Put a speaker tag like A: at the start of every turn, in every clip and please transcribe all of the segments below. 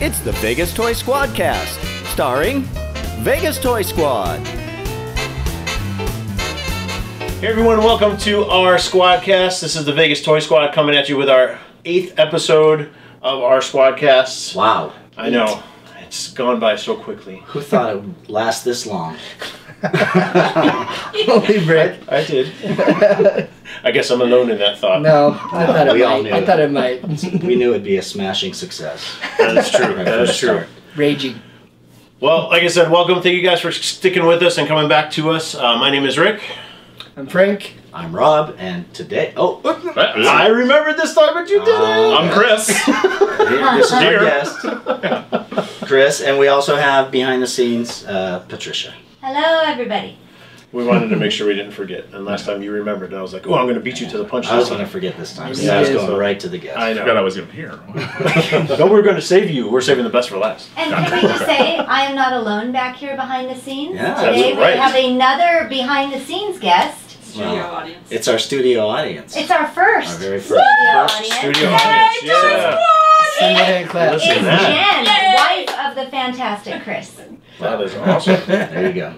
A: It's the Vegas Toy Squad cast, starring Vegas Toy Squad.
B: Hey everyone, welcome to our Squadcast. This is the Vegas Toy Squad coming at you with our eighth episode of our Squadcast.
C: Wow.
B: I know, it's gone by so quickly.
C: Who thought it would last this long? Holy Rick.
B: I did. I guess I'm alone in that thought.
D: No, I thought it
C: we all
D: might. I
C: knew.
D: thought it might.
C: We knew it'd be a smashing success.
B: That is true.
C: right
B: That
C: from
B: is
C: the
B: true.
C: start.
D: Raging.
B: Well, like I said, welcome. Thank you guys for sticking with us and coming back to us. Uh, my name is Rick.
D: I'm Frank.
C: I'm Rob, and today. Oh,
B: I remembered this time, but you didn't.
C: I'm
B: Uh, Chris.
C: here- this is our
B: Dear.
C: guest, Chris, and we also have behind the scenes uh, Patricia.
E: Hello, everybody.
B: we wanted to make sure we didn't forget. And last time you remembered, I was like, oh, I'm going to beat you to the punch.
C: I was going to forget this time. So I was going right to the guest.
B: I
F: I forgot I
B: know.
F: was even here.
B: No, we're going to save you. We're saving the best for last.
E: And can I just say, I am not alone back here behind the scenes.
C: Yeah,
E: Today
B: that's
E: we
B: right.
E: have another behind the scenes guest.
C: Wow. It's our studio audience.
E: It's our
C: Our
E: first
C: very first.
E: studio
C: first
E: audience.
B: Studio
E: It's
B: audience. Yeah.
D: Somebody clap.
B: Listen to
E: Jen,
B: that.
E: wife of the fantastic Chris.
B: That is awesome.
C: There you go.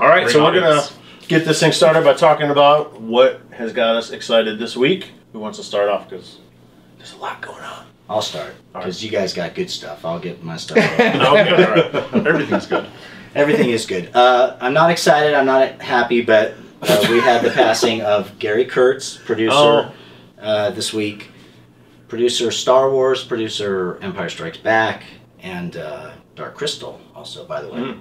B: All right,
F: Great
B: so we're gonna
F: audience.
B: get this thing started by talking about what has got us excited this week. Who wants to start off? Because there's a lot going on.
C: I'll start
B: All right.
C: because you guys got good stuff. I'll get my stuff.
B: Okay, all right.
F: Everything's good.
C: Everything is good. Uh, I'm not excited. I'm not happy, but uh, we had the passing of Gary Kurtz, producer,
B: Oh.
C: uh, this week. Producer Star Wars, producer Empire Strikes Back, and uh, Dark Crystal. Also, by the way,
B: Mm.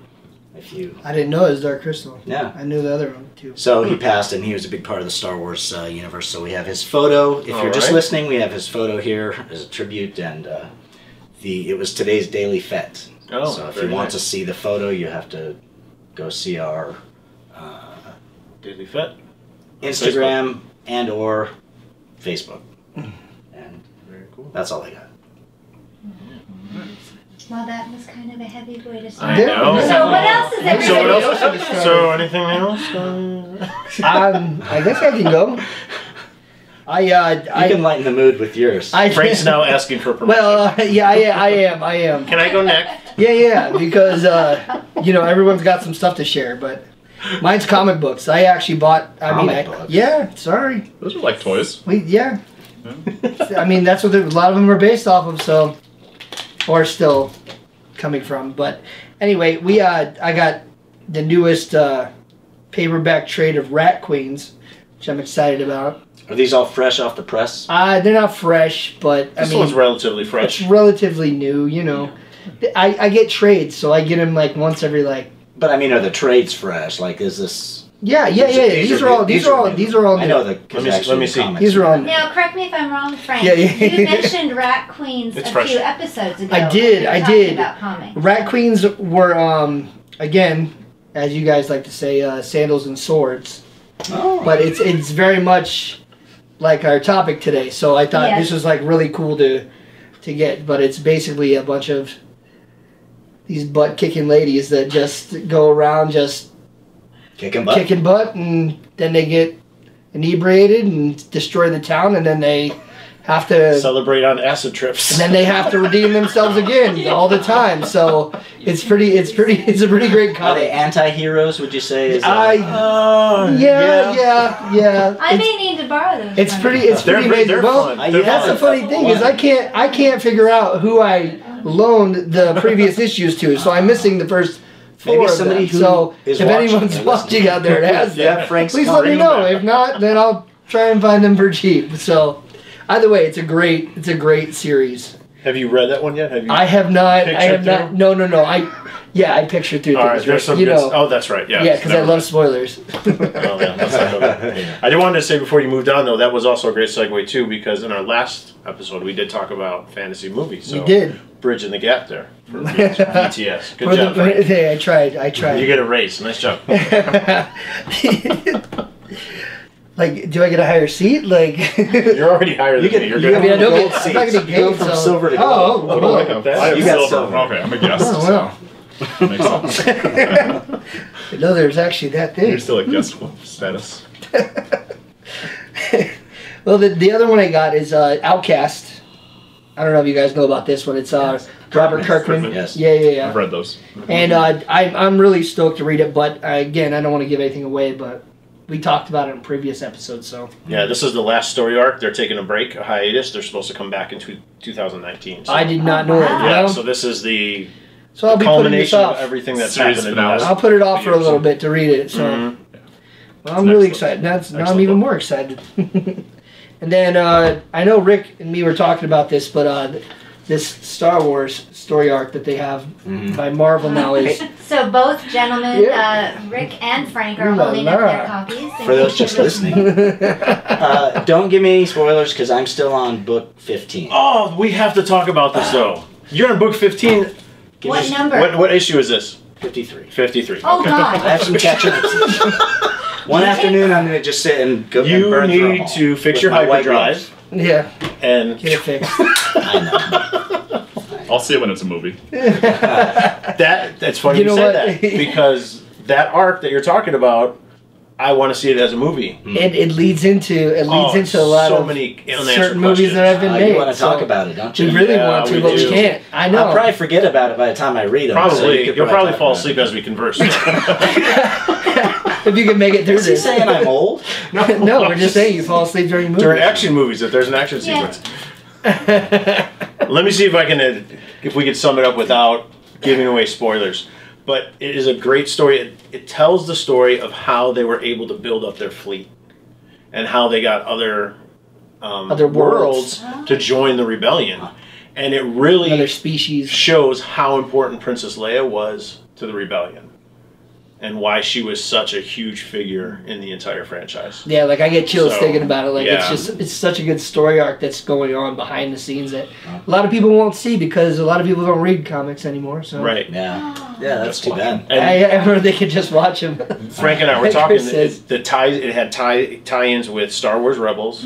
C: if you
D: I didn't know it was Dark Crystal.
C: yeah.
D: I knew the other one too.
C: So
B: Hmm.
C: he passed, and he was a big part of the Star Wars uh, universe. So we have his photo. If
B: All
C: you're just
B: right.
C: listening, we have his photo here as a tribute, and uh, the it was today's daily fete
B: Oh,
C: so if you
B: very
C: want to
B: nice.
C: see the photo, you have to go see our uh,
B: Daily Fet.
C: Instagram and or Facebook. And
B: Very cool.
C: that's all I got.
E: Well, that was kind of a heavy way to
B: I
E: start.
B: know.
E: So what else is everybody?
B: So what
D: Everybody
B: else?
D: else is
B: So anything else? Uh,
D: Um, I guess I can go. I uh,
C: You
D: I
C: can lighten the mood with yours.
D: I
B: Frank's now asking for permission.
D: Well, uh, yeah, I, I am. I am.
B: Can I go next?
D: Yeah, yeah, because uh, you know everyone's got some stuff to share, but mine's comic books. I actually bought. I mean,
C: Comic
D: I-
C: books?
D: yeah. Sorry,
F: Those are like toys.
D: we yeah. I mean, that's what the- a lot of them are based off of. So, or still coming from. But anyway, we uh, I got the newest uh, paperback trade of Rat Queens, which I'm excited about.
C: Are these all fresh off the press?
D: Uh, they're not fresh, but I
B: This
D: mean,
B: one's relatively
D: it's
B: fresh.
D: relatively new. You know, I, I get trades, so I get them like once every like.
C: But I mean, are the trades fresh? Like, is this?
D: Yeah, yeah,
C: these
D: yeah.
C: are-
D: These, are all.
C: new-
D: These are all.
C: new.
D: These are all.
C: I
D: New.
C: know the. 'cause
B: Let me see-
C: actually
B: let me
C: the
B: see.
C: comics-
D: These are all. New.
E: Now, correct me if I'm wrong, Frank.
D: Yeah, yeah.
E: You mentioned Rat Queens
B: It's
E: a
B: fresh.
E: few episodes ago.
D: I
E: when
D: did,
E: we were
D: I
E: talking
D: did.
E: About comics.
D: Rat Queens were um again, as you guys like to say, uh, sandals and swords.
C: Oh.
D: but it's it's very much like our topic today. So I thought
E: Yeah.
D: this was like really cool to to get, but it's basically a bunch of these butt kicking ladies that just go around just
C: kicking butt.
D: kicking butt, and then they get inebriated and destroy the town, and then they have to
B: Celebrate on acid trips.
D: and then they have to redeem themselves again all the time. So it's pretty it's pretty it's a pretty great
C: Are they
D: comic.
C: anti-heroes? Would you say? Is uh, that-
D: I-
B: Oh,
D: Yeah, yeah, yeah.
E: I
D: It's-
E: may need to borrow those.
D: It's
E: from
D: pretty.
E: you.
D: It's
B: They're
D: pretty
B: great- they're
D: amazing. Well,
B: fun.
C: I-
B: They're
D: that's the
B: fun.
D: funny thing is I can't I can't figure out who I loaned the previous issues to, so I'm missing the first four
C: Maybe
D: of
C: somebody
D: them.
C: who
D: so
C: is
D: if
C: watching
D: anyone's
C: and
D: watching
C: listening.
D: out there and has
C: Yeah,
D: them,
C: Frank's
D: please let me
C: coming
D: know.
B: back.
D: If not, then I'll try and find them for cheap. So either way, it's a great it's a great series.
B: Have you read that one yet? Have you?
D: I have not I
B: Picture
D: have not.
B: through?
D: No, no, no. I yeah, I picture through
B: All right,
D: things.
B: there's some
D: you
B: good.
D: know,
B: oh, that's right. Yeah.
D: yeah, because I
B: Never
D: love spoilers.
B: Oh, yeah, let's not go there. I did wanted to say before you moved on though, that was also a great segue too, because in our last episode we did talk about fantasy movies. So
D: You did.
B: bridging the gap there for BTS. Good
D: For
B: job.
D: the-
B: Frank.
D: yeah, I tried. I tried.
B: You get a raise. Nice job.
D: like, do I get a higher seat? Like,
B: You're already higher
C: You
B: than
C: get-
B: me. You're
C: you
D: I
B: good.
D: mean, I don't
C: Gold
D: get. I'm not
C: seats.
D: gonna
C: You go
D: gain,
C: from
D: so-
C: silver to
D: Oh,
C: gold.
D: oh,
B: What do I have? I have
C: You got
B: silver.
C: silver.
F: Okay, I'm a guest.
D: Oh, wow.
F: so makes sense.
D: oh. No, there's actually that
F: You're
D: thing.
F: still a guest status.
D: Well, the, the other one I got is uh, Outcast. I don't know if you guys know about this one. It's uh, Robert Kirkman.
F: Kirkman.
C: Yes.
D: Yeah, yeah, yeah.
F: I've read those.
D: And uh, I'm, I'm really stoked to read it, but uh, again, I don't want to give anything away, but we talked about it in previous episodes, so.
B: Yeah, this is the last story arc. They're taking a break, a hiatus. They're supposed to come back in two, 2019. So,
D: I did not know that.
E: Wow.
B: yeah,
D: Well,
B: so this is the
D: so I'll be putting this
B: culmination of
D: off.
B: everything that's
F: Series
B: happened.
F: finale.
D: I'll put it off for a little bit to read it, so.
B: Mhm.
D: Well,
F: It's
D: I'm
F: an
D: really
F: excellent-
D: excited. That's now I'm
F: excellent
D: even
F: book.
D: more excited. and then uh, I know Rick and me were talking about this, but uh, th- this Star Wars story arc that they have
B: Mm-hmm.
C: Mhm.
D: by Marvel now is
E: So both gentlemen,
D: Yeah.
E: uh, Rick and Frank, are
D: Ooh la
E: holding up
D: la.
E: their copies.
C: For those just listening, uh, don't give me any spoilers because I'm still on book 15.
B: Oh, we have to talk about this though. You're in book 15.
C: Give me
E: What
C: s-
E: number?
B: What, what issue is this?
C: 53.
B: 53.
E: oh
C: I
E: God!
C: have some catching up. to do. One afternoon, I'm gonna just sit and go. and
B: You
C: burn through them
B: need
C: all
B: to fix
C: with
B: your
C: my white
B: hyperdrive
D: yeah,
B: and
D: get it fixed.
B: Mm-hmm.
C: gloves. I know.
F: I'll see it when it's a movie.
B: That that's funny
D: You
B: you,
D: know
B: say
D: what?
B: that because that arc that you're talking about, I want to see it as a movie.
D: it, it leads into it leads
B: Oh,
D: into a lot
B: so
D: of
B: many unanswered
D: certain movies that have
C: Uh,
B: questions.
D: been made.
C: you want to talk
D: so
C: about it, don't
D: We
C: you?
D: really
B: Yeah,
D: want to,
B: we
D: but we
B: do.
D: can't. I know.
C: I'll probably forget about it by the time I read them. so
B: Probably
C: you could
B: you'll probably
C: talk
B: fall
C: about
B: asleep
C: it.
B: as we converse.
D: if you can make it through
C: Is he
D: this.
C: saying I'm old?
D: no, we're just saying you fall asleep during movies.
B: during action movies if there's an action
E: Yeah.
B: sequence. Let me see if I can uh, if we could sum it up without giving away spoilers. But it is a great story. It, it tells the story of how they were able to build up their fleet and how they got other um,
D: Other worlds.
B: worlds to join the rebellion. And it really
D: Another species.
B: shows how important Princess Leia was to the rebellion and why she was such a huge figure in the entire franchise.
D: Yeah, like I get chills
B: So,
D: thinking about it. Like it's
B: yeah.
D: just it's such a good story arc that's going on behind the scenes that a lot of people won't see because a lot of people don't read comics anymore. So
B: Right.
C: Yeah, yeah, that's too bad.
B: And
D: I, I heard they could just watch them.
B: Frank and I were
D: Chris
B: talking.
D: says-
B: It, the tie it had tie tie-ins with Star Wars Rebels,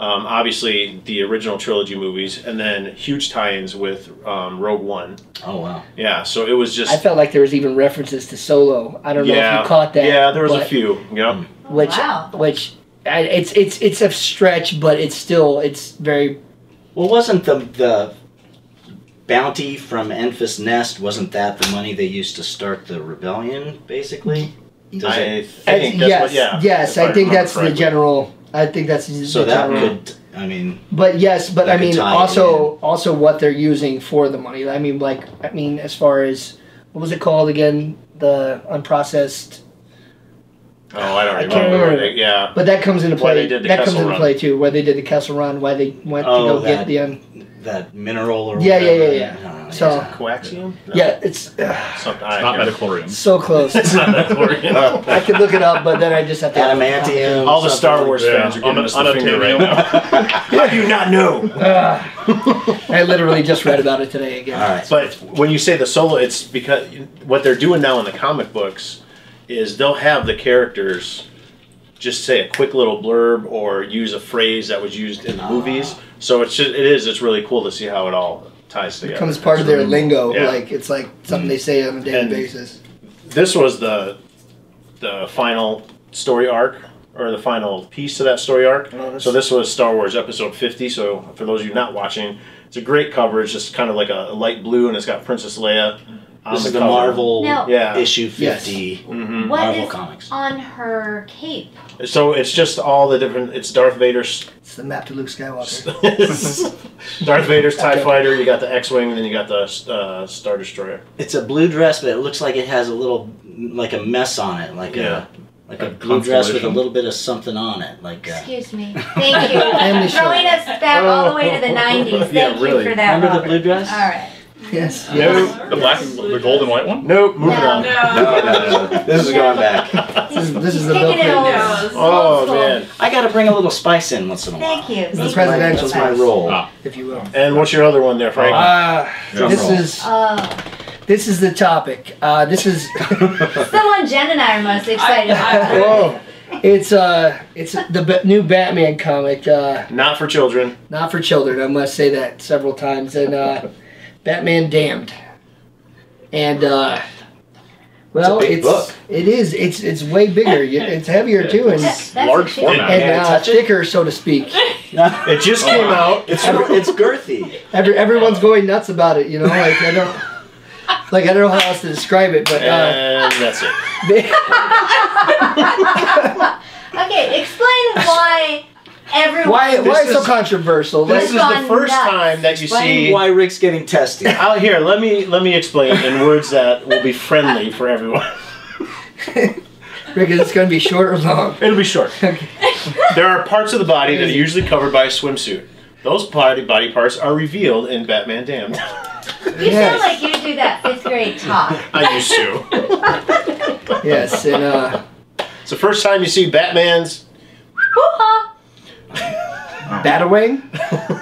B: um, obviously the original trilogy movies, and then huge tie-ins with um, Rogue One.
C: Oh wow.
B: Yeah, so it was just
D: I felt like there was even references to Solo. I don't know
B: yeah,
D: if you caught that.
B: yeah. There was a
D: but-
B: few.
F: Hmm.
B: Yeah,
D: Which
E: Wow.
D: which I, it's it's it's a stretch, but it's still it's very
C: Well, wasn't the the bounty from Enfys Nest wasn't that the money they used to start the rebellion? Basically, Does
B: I
C: it-
B: think that's
D: yes
B: what. Yeah,
D: yes.
B: if
D: I, think
B: remember
D: that's the
B: correctly.
D: general. I think that's the
C: so that
D: general-
C: could. I mean,
D: But yes, but
C: Like
D: I
C: a
D: mean
C: tie-in.
D: also also what they're using for the money. I mean like I mean as far as what was it called again? The unprocessed
B: Oh, I don't
D: I can't
B: remember.
D: remember.
B: They- yeah,
D: but that comes into
B: Why
D: play.
B: they did the
D: that comes
B: Kessel
D: into
B: Run.
D: play too, where they did the castle run, why they went to
C: Oh,
D: go
C: that-
D: get the un-
C: that mineral or
D: Yeah, yeah,
C: whatever.
D: yeah, yeah.
C: I don't know,
D: So-
B: coaxium. No,
D: Yeah, it's
B: something.
F: It's
B: I
F: not Uh,
B: can't remember.
F: Metachlorians.
D: so close.
B: It's not metachlorium.
D: I could look it up, but then I just have to
C: adamantium.
B: All the Star
C: something
B: Wars
F: Yeah,
B: fans are giving
F: on-
B: us
F: on
B: the
F: a
B: finger right
F: table.
B: now. How do you not know?
D: I literally just read about it today again.
C: All right.
B: But when you say the solo, it's because what they're doing now in the comic books is they'll have the characters just say a quick little blurb or use a phrase that was used
D: Ah.
B: in the movies. So it's just, it is it's really cool to see how it all ties together.
D: becomes part of their lingo.
B: Yeah.
D: Like it's like something they say on a daily
B: And-
D: basis.
B: this was the the final story arc or the final piece to that story arc.
D: Oh, that's-
B: so this was Star Wars Episode 50. So for those of you not watching, it's a great cover. It's just kind of like a light blue, and it's got Princess Leia. On
C: This is the
B: cover.
C: Marvel
E: No.
B: Yeah.
C: issue
D: Yes.
C: 50
B: Mhm.
E: What
C: Marvel
E: is
C: comics.
E: on her cape?
B: So it's just all the different. It's Darth Vader's,
D: It's the map to Luke Skywalker.
B: Darth Vader's Tie Fighter. You got the X-wing, and then you got the uh, Star Destroyer.
C: It's a blue dress, but it looks like it has a little, like a mess on it, like
B: Yeah.
C: a like a,
F: A
C: blue dress with a
F: constellation.
C: little bit of something on it, like. Uh,
E: Excuse me. Thank you.
D: Family show.
E: Throwing us back all the way to the nineties. Thank
B: Yeah, really.
E: you for that.
C: Remember the
E: Robert.
C: blue dress?
E: All right.
D: yes. yes.
F: No, the black, the gold and white one.
B: Nope, moving
E: No.
B: on.
C: this is going back.
D: This is, this
E: He's
D: is the Bill
E: kicking it
D: Clinton.
E: old.
D: era.
G: it's
B: Oh
G: old school.
B: man!
C: I got to bring a little spice in once in a while.
E: Thank you.
D: The
E: Thank
C: That's my-
E: you.
D: presidential
C: That's my role.
F: Ah.
D: If you will.
B: And what's your other one there, Frank?
D: Uh,
F: Drum
D: this
C: roll.
D: is
E: Oh,
D: this is the topic. Uh, this is
E: it's the one Jen and I are most excited
G: I-
E: about.
D: whoa. It's uh, it's the b- new Batman comic. Uh,
B: not for children.
D: not for children. I must say that several times. And uh, Batman Damned. And uh, Well,
C: big
D: it's,
C: book.
D: it is. It's it's way bigger. You- It's heavier too, and
E: That's
F: large
E: a big-
F: format.
D: and
C: Can I
D: uh,
C: touch it?
D: thicker, so to speak.
C: No,
B: It just came out.
C: it's it's girthy.
D: Every, everyone's going nuts about it. You know, like I don't. Like I don't know how else to describe it, but uh,
B: And that's it.
D: they-
E: Okay, explain why everyone.
D: why
B: This
D: why it's so
B: is-
D: controversial?
B: This is
D: Like,
B: the
E: gone
B: first
E: nuts.
B: time that you
C: Explain
B: see.
C: why Rick's getting testy.
B: Out here, let me let me explain in words that will be friendly for everyone.
D: Rick, is it's going to be short or long?
B: It'll be short. there are parts of the body that are usually covered by a swimsuit. Those body body parts are revealed in Batman Damned.
E: You
D: Yes.
E: sound like you do that fifth grade talk.
B: I used to.
D: Yes, and uh,
B: It's the first time you see Batman's.
E: Hoo-ha!
D: Batawang.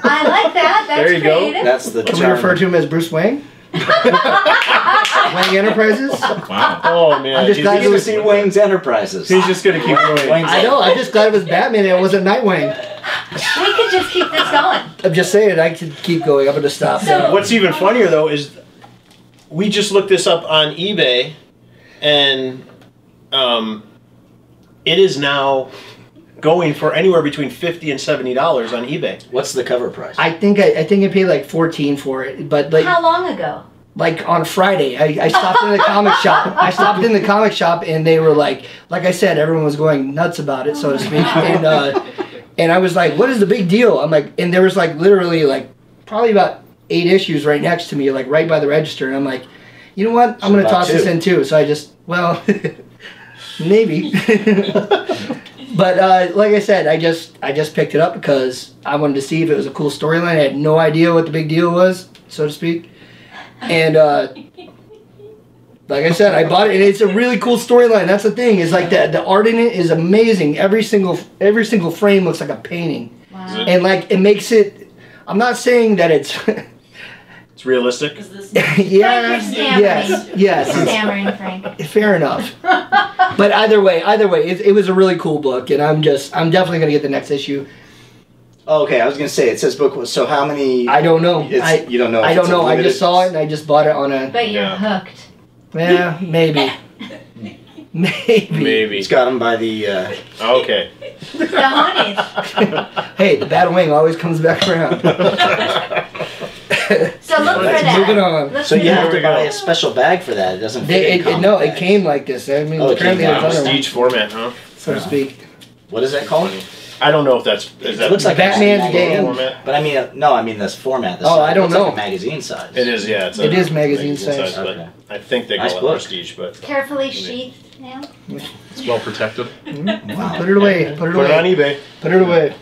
E: I like that. That's
B: There you go.
E: creative.
C: That's the
D: Can we
C: term.
D: refer to him as Bruce Wayne? Wayne Enterprises?
F: Wow.
B: Oh man,
D: I'm just
B: he's,
D: glad
C: You
B: he's,
C: get to see Wayne's Enterprises.
B: he's just gonna keep going.
C: Wayne's
D: I know, I'm just glad it was Batman and it wasn't Nightwing.
E: We could just keep this going.
D: I'm just saying, I could keep going. I'm going to stop.
E: So-
D: now.
B: What's even funnier though is we just looked this up on eBay, and um, it is now going for anywhere between fifty and seventy dollars on eBay.
C: What's the cover price?
D: I think I, I think I paid like 14 for it, but like
E: How long ago?
D: like on Friday, I, I stopped in the comic shop. I stopped in the comic shop and they were like, like I said, everyone was going nuts about it, so to speak. And uh, and I was like, what is the big deal? I'm like, and there was like literally like probably about eight issues right next to me, like right by the register. And I'm like, you know what? I'm gonna
C: about
D: toss this
C: two.
D: in too. So I just well, maybe. But uh, like I said, I just I just picked it up because I wanted to see if it was a cool storyline. I had no idea what the big deal was, so to speak. And uh, like I said, I bought it, and it's a really cool storyline. That's the thing is like the the art in it is amazing. Every single every single frame looks like a painting,
E: Wow.
D: and like it makes it. I'm not saying that it's
B: It's realistic.
G: Is this
D: yeah
E: Frank, you're stammering.
D: yes yes
E: Stammering Frank.
D: fair enough. but either way, either way, it, it was a really cool book, and I'm just I'm definitely gonna get the next issue.
C: oh, okay, I was gonna say it says book. So how many?
D: I don't know.
C: It's,
D: I,
C: you don't know. If
D: I
C: it's
D: don't
C: a
D: know. I
C: limited-
D: just saw it and I just bought it on a.
E: But you're
B: Yeah.
E: hooked.
D: Yeah, maybe. maybe.
B: Maybe.
C: It's got them by the. Uh,
B: Okay.
E: The honeys.
D: Hey, the Batwing always comes back around.
E: So look for
D: Let's
E: that.
D: move it on.
E: Look
C: so
E: for
C: you
E: that.
C: have to buy a special bag for that. It doesn't. fit
D: They,
C: in
D: it, it-
C: comic
D: no, it
C: bags.
D: came like this. I mean,
C: Oh, it
D: apparently
C: came out.
D: there's other one,
B: Prestige format, huh?
D: so to speak.
C: What is that called?
B: I don't know if that's is that
C: It looks like
D: Batman's
C: a
D: Damned.
C: magazine.
B: format.
C: But I mean, uh, no, I mean this format. This
D: Oh,
C: size.
D: I don't
C: It's like
D: know.
C: a magazine size.
B: It is, yeah. It's a,
D: It is magazine size.
B: but
C: Okay.
B: I think they
C: Nice
B: call
C: book.
B: it prestige, but
E: Carefully sheathed now.
F: It's well protected.
D: Put it away. Put it
B: put it on
D: away.
B: eBay.
D: Put it away.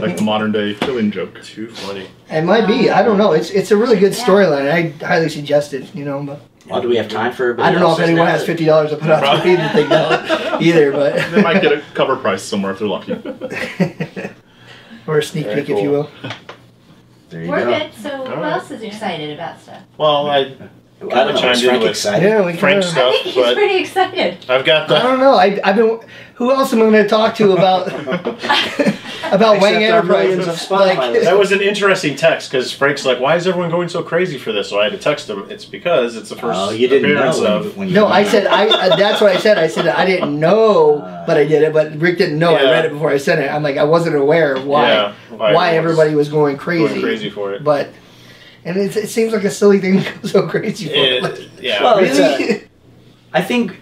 F: Like the modern day killing joke.
B: Too funny.
D: It might be. I don't know. It's it's a really good
E: Yeah.
D: storyline. I highly suggest it. You know, but
C: Well, do we have time for? everybody
D: I don't know if
C: else's
D: anyone
C: now?
D: has fifty dollars to put out to
B: Probably.
D: read the thing though, either.
F: They might
D: But
F: get a cover price somewhere if they're lucky.
D: or a sneak
B: Very
D: peek, if you
B: cool.
D: will.
C: There you
E: We're
C: go.
E: good. So who
B: right.
E: else is excited about stuff?
B: Well, I
C: I don't know.
B: Chimed
C: Is
B: in
C: Frank
B: with-
C: excited?
D: Yeah, we
B: Frank
D: can. uh,
B: stuff.
E: I think he's
B: but-
E: pretty excited.
B: I've got
D: I
B: the
D: don't know. I, I've been. Who else am I going to talk to about about Wang
C: Except our millions
D: Enterprises?
C: of Spotify listeners.
B: that was an interesting text because Frank's like, "Why is everyone going so crazy for this?" So I had to text him. It's because it's the first
C: Oh, you didn't know
B: appearance
C: when, you-
B: of.
C: when you.
D: no,
C: came
D: I
C: out.
D: said I. Uh, that's what I said. I said I didn't know, but I did it. But Rick didn't know. I
B: Yeah.
D: read it before I sent it. I'm like I wasn't aware of why
B: Yeah,
D: why, everybody was going
B: was
D: crazy.
B: going crazy for it.
D: But and it, it seems like a silly thing to go so crazy for.
B: It-
D: Like,
B: yeah.
C: Well, it's a-
D: really?
C: I think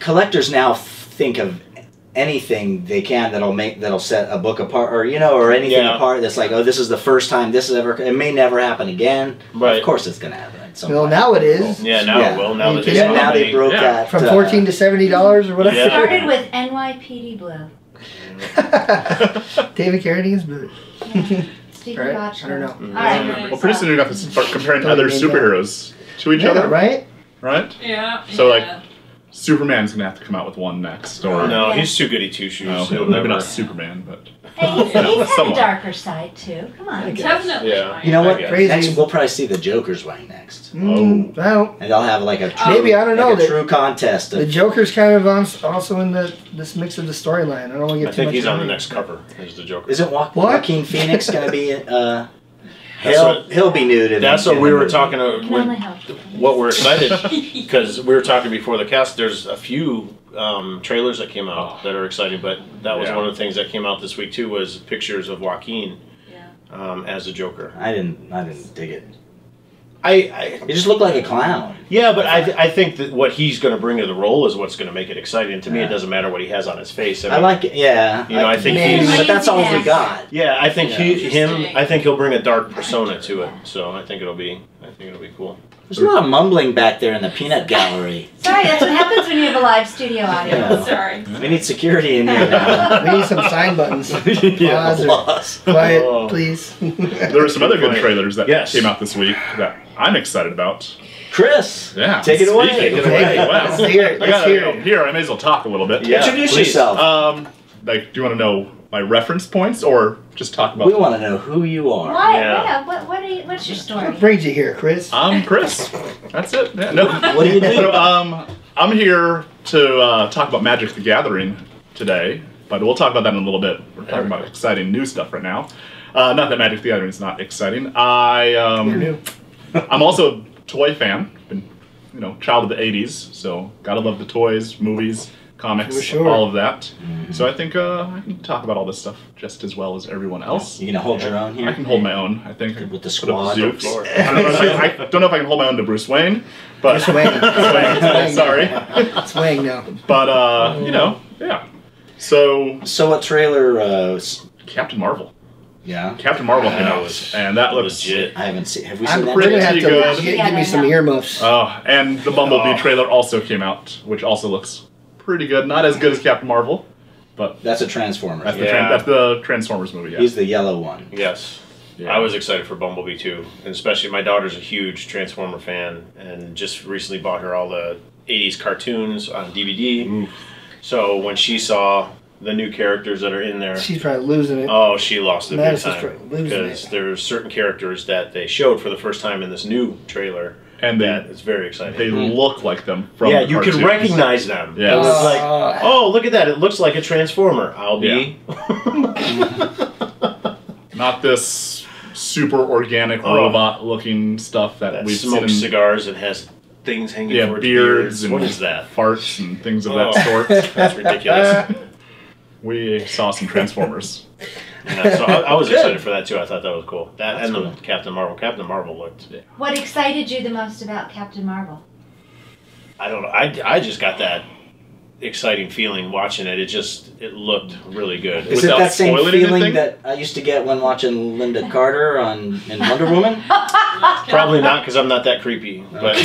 C: collectors now think of anything they can that'll make that'll set a book apart or you know or anything
B: Yeah.
C: apart that's like oh this is the first time this has ever it may never happen again
B: Right.
C: of course it's gonna happen at some
D: well,
C: point.
D: now it is
B: yeah. Now,
C: yeah.
B: well, now
D: You
B: that
D: can-
B: they
C: yeah now they
B: nominate-
C: broke
F: Yeah.
C: that
D: from
C: uh,
D: fourteen to seventy dollars or whatever.
B: Yeah.
E: Started with NYPD Blue.
D: David Carradine's boot.
E: Stephen
D: Right?
E: Gotch.
D: I don't know.
E: All right.
F: Well, pretty soon you're gonna have to start comparing
D: Don't
F: other
D: even know.
F: superheroes to each
D: Yeah,
F: other,
D: right.
F: right?
G: Yeah.
F: So, like,
G: yeah.
F: Superman's gonna have to come out with one next, or
B: No,
E: Yeah.
B: he's too goody two shoes.
C: Oh,
F: no,
B: He'll
F: maybe
B: never-
F: not Superman, but
E: Hey, he's,
F: Yeah,
E: he's had a
F: someone.
E: darker side too. Come on.
G: definitely.
B: Yeah.
G: mine.
C: you know
B: I
C: what
B: guess.
D: Crazy.
C: next we'll probably see the Joker's way next
D: Mm,
B: Oh.
D: Well,
C: and they'll have like a true,
D: Maybe, I don't know,
C: like a
D: they-
C: true contest
D: The
C: of,
D: Joker's kind of on, also in the this mix of the storyline. I don't want to get
B: I
D: too
B: think
D: much.
B: he's on the
D: into it.
B: next cover. There's the Joker.
C: isn't Wa-
D: What?
C: Joaquin Phoenix gonna be uh
B: That's
C: He'll,
B: what-
C: he'll be nude. In
B: That's
C: the,
B: what
C: in
B: we
C: the
B: were
C: movie.
B: talking about.
E: Can only help.
B: what we're excited because we were talking before the cast. There's a few um, trailers that came out that are exciting, but that was
F: Yeah.
B: one of the things that came out this week too was pictures of Joaquin
E: Yeah.
B: um, as a Joker.
C: I didn't. I didn't dig it.
B: I, I
C: He just looked like a clown.
B: yeah, but I, I think that what he's going to bring to the role is what's going to make it exciting. To me, it
C: Yeah.
B: doesn't matter what he has on his face.
C: I like it. Yeah.
B: You know, I think
C: but
B: he's-
C: that's all we got.
B: Yeah, I think he, him.
E: Interesting.
B: I think he'll bring a dark persona to it. So I think it'll be. I think it'll be cool.
C: There's a lot of mumbling back there in the peanut gallery.
E: Sorry, that's what happens when you have a live studio audience.
C: Yeah.
G: Sorry.
C: We need security in here now.
D: We need some sign buttons.
C: yeah,
D: Pause or-
C: applause.
D: Quiet,
B: Oh.
D: please.
F: There were some other good
B: Right.
F: trailers that
B: Yes.
F: came out this week that I'm excited about.
C: Chris,
F: Yeah.
C: take it away.
F: Speaking of-
B: away.
F: Wow.
D: Let's hear it.
F: I
D: Let's
F: got
D: hear
F: here.
D: it.
F: here. I may as well talk a little bit.
B: Yeah,
C: Introduce
B: please.
C: yourself.
F: Um, like, do you want to know my reference points or just talk about?
C: we want to know who you are.
E: Why?
B: Yeah.
E: Yeah. What? What are you? What's your story?
D: What brings you here, Chris?
B: Um,
F: I'm Chris. That's it. Yeah, no.
C: What do you do?
F: So, um, I'm here to uh, talk about Magic the Gathering today, but we'll talk about that in a little bit. We're talking about exciting new stuff right now. Uh, not that Magic the Gathering is not exciting. I
D: You're
F: um,
D: new.
F: I'm also a toy fan. Been, you know, child of the '80s, so gotta love the toys, movies, comics,
D: For sure.
F: all of that. So I think uh, I can talk about all this stuff just as well as everyone else.
C: You gonna hold your own
F: I
C: here?
F: can hold my own. I think
C: With the
F: Put up
C: squad.
F: Zeus.
B: Lord.
F: I, don't know if I, I don't know if I can hold my own to Bruce Wayne, but
D: Bruce Wayne.
F: Wayne, sorry,
D: It's Wang now.
F: but uh, you know, yeah. So
C: So what trailer? Uh, s-
F: Captain Marvel,
C: yeah,
F: Captain Marvel came
B: That
F: out,
B: was
F: and that looks
B: Legit.
C: I haven't seen. Have we
D: I'm
C: seen
D: going
C: that?
D: to have to
F: Pretty good.
D: get- give me some earmuffs.
F: Oh, and the Bumblebee
B: Oh.
F: trailer also came out, which also looks pretty good. Not as good as Captain Marvel.
C: That's a Transformer.
F: That's the
B: Yeah.
F: tran- that's the Transformers movie. Yeah.
C: He's the yellow one.
B: Yes.
F: Yeah.
B: I was excited for Bumblebee too, and especially my daughter's a huge Transformer fan, and just recently bought her all the '80s cartoons on DVD. So when she saw the new characters that are in there,
D: She's probably losing it.
B: oh, she lost it big
D: Madison's
B: time
D: tra- losing
B: because
D: it.
B: there's certain characters that they showed for the first time in this new trailer
F: and
B: that
F: they
B: is very exciting.
F: they look like them from
B: yeah,
F: the
B: you can
F: cartoons.
B: recognize them.
F: Yeah.
B: It was
D: Uh,
B: like, oh, look at that! It looks like a Transformer. I'll be.
F: Not this super organic
B: Oh.
F: robot looking stuff that,
B: that
F: we've seen.
B: smokes
F: in-
B: cigars and has things hanging
F: yeah,
B: for its
F: beards and
B: What is that?
F: farts and things of that
B: Oh.
F: sort.
B: That's ridiculous.
F: We saw some Transformers.
B: yeah, so I, I was
D: Good.
B: excited for that too. I thought that was cool. That
C: That's
B: and the
C: cool.
B: Captain Marvel. Captain Marvel looked.
E: What excited you the most about Captain Marvel?
B: I don't know. I, I just got that exciting feeling watching it. It just it looked really good.
C: Is
F: Without
C: it that same
F: spoiling
C: feeling
F: anything?
C: that I used to get when watching Linda Carter on in Wonder Woman?
B: Probably not because I'm not that creepy. But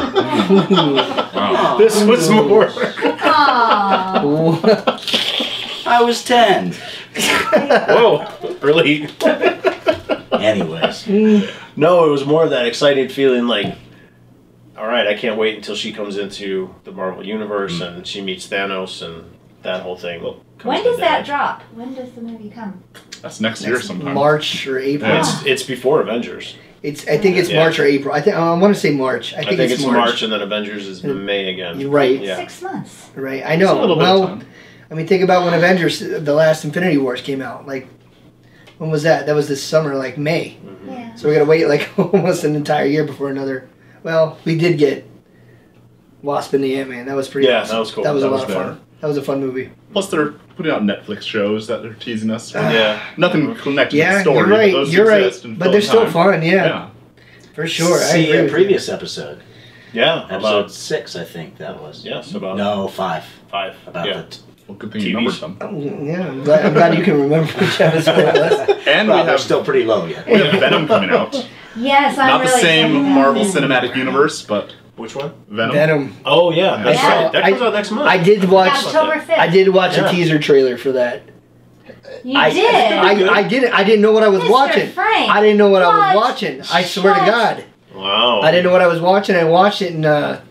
D: Oh.
F: Wow.
B: this was more.
E: Aww.
D: Ooh.
C: I was ten.
B: Whoa, really?
C: Anyways,
B: No, it was more of that excited feeling like, all right, I can't wait until she comes into the Marvel universe and she meets Thanos and that whole thing. comes
E: When does
B: together.
E: that drop? When does the movie come?
F: That's next, year
D: Next
F: sometime.
D: March or April.
E: Yeah.
B: It's it's before Avengers.
D: It's. I think it's
B: Yeah.
D: March or April. I think. I want to say March. I
B: I
D: think,
B: think, it's, March. and then Avengers is
D: Mm.
B: May again.
D: You're right.
B: Yeah.
E: Six months.
D: Right. I
F: It's
D: know.
F: a little
D: well,
F: bit of time.
D: I mean, think about when Avengers: The Last Infinity Wars came out. Like, when was that? That was this summer, like May.
B: Mm-hmm.
E: Yeah.
D: So we're gonna wait like almost an entire year before another. Well, we did get Wasp and the Ant Man. That was pretty.
B: Yeah,
D: awesome.
B: that was cool.
D: That was
F: That
D: a
F: was
D: lot
F: better.
D: of fun. That was a fun movie.
F: Plus, they're putting out Netflix shows that they're teasing us. with.
B: Yeah.
F: Nothing connected to
D: Uh, Yeah,
F: the story.
D: you're
F: but
D: right.
F: those
D: you're right.
F: exist and
D: But
F: fill
D: they're
F: in
D: still
F: time.
D: fun. Yeah,
F: Yeah.
D: for sure. I
C: See
D: agree
C: a
D: with
C: previous episode,
B: Yeah.
C: episode
B: About
C: six, I think that was.
B: yes, about
C: No, five.
B: five.
C: About
B: yeah.
C: the t-
F: Well, good thing you
B: TVs.
F: numbered them.
D: you. Yeah, I'm glad, I'm glad you can remember which episode it was.
F: And we
C: well, they're
F: have,
C: still pretty low yet.
F: we have Venom coming out.
E: Yes, I'm
F: Not the
E: really
F: same
E: excited about
F: Marvel
E: that.
F: Cinematic Universe, but
B: Which one?
F: Venom.
D: Venom.
B: Oh yeah, that's
D: Yeah.
B: right. That
D: I-
B: comes out next month.
D: I did watch.
E: October 5th.
D: I did watch
B: Yeah.
D: a teaser trailer for that.
E: You
D: I
E: did.
D: I, I didn't. I didn't know what I was
E: Mr.
D: watching.
E: Frank,
D: I didn't know what, I
E: what?
D: was watching. I swear to
E: What?
D: God,
B: Wow.
D: I didn't know what I was watching. I watched it, and uh,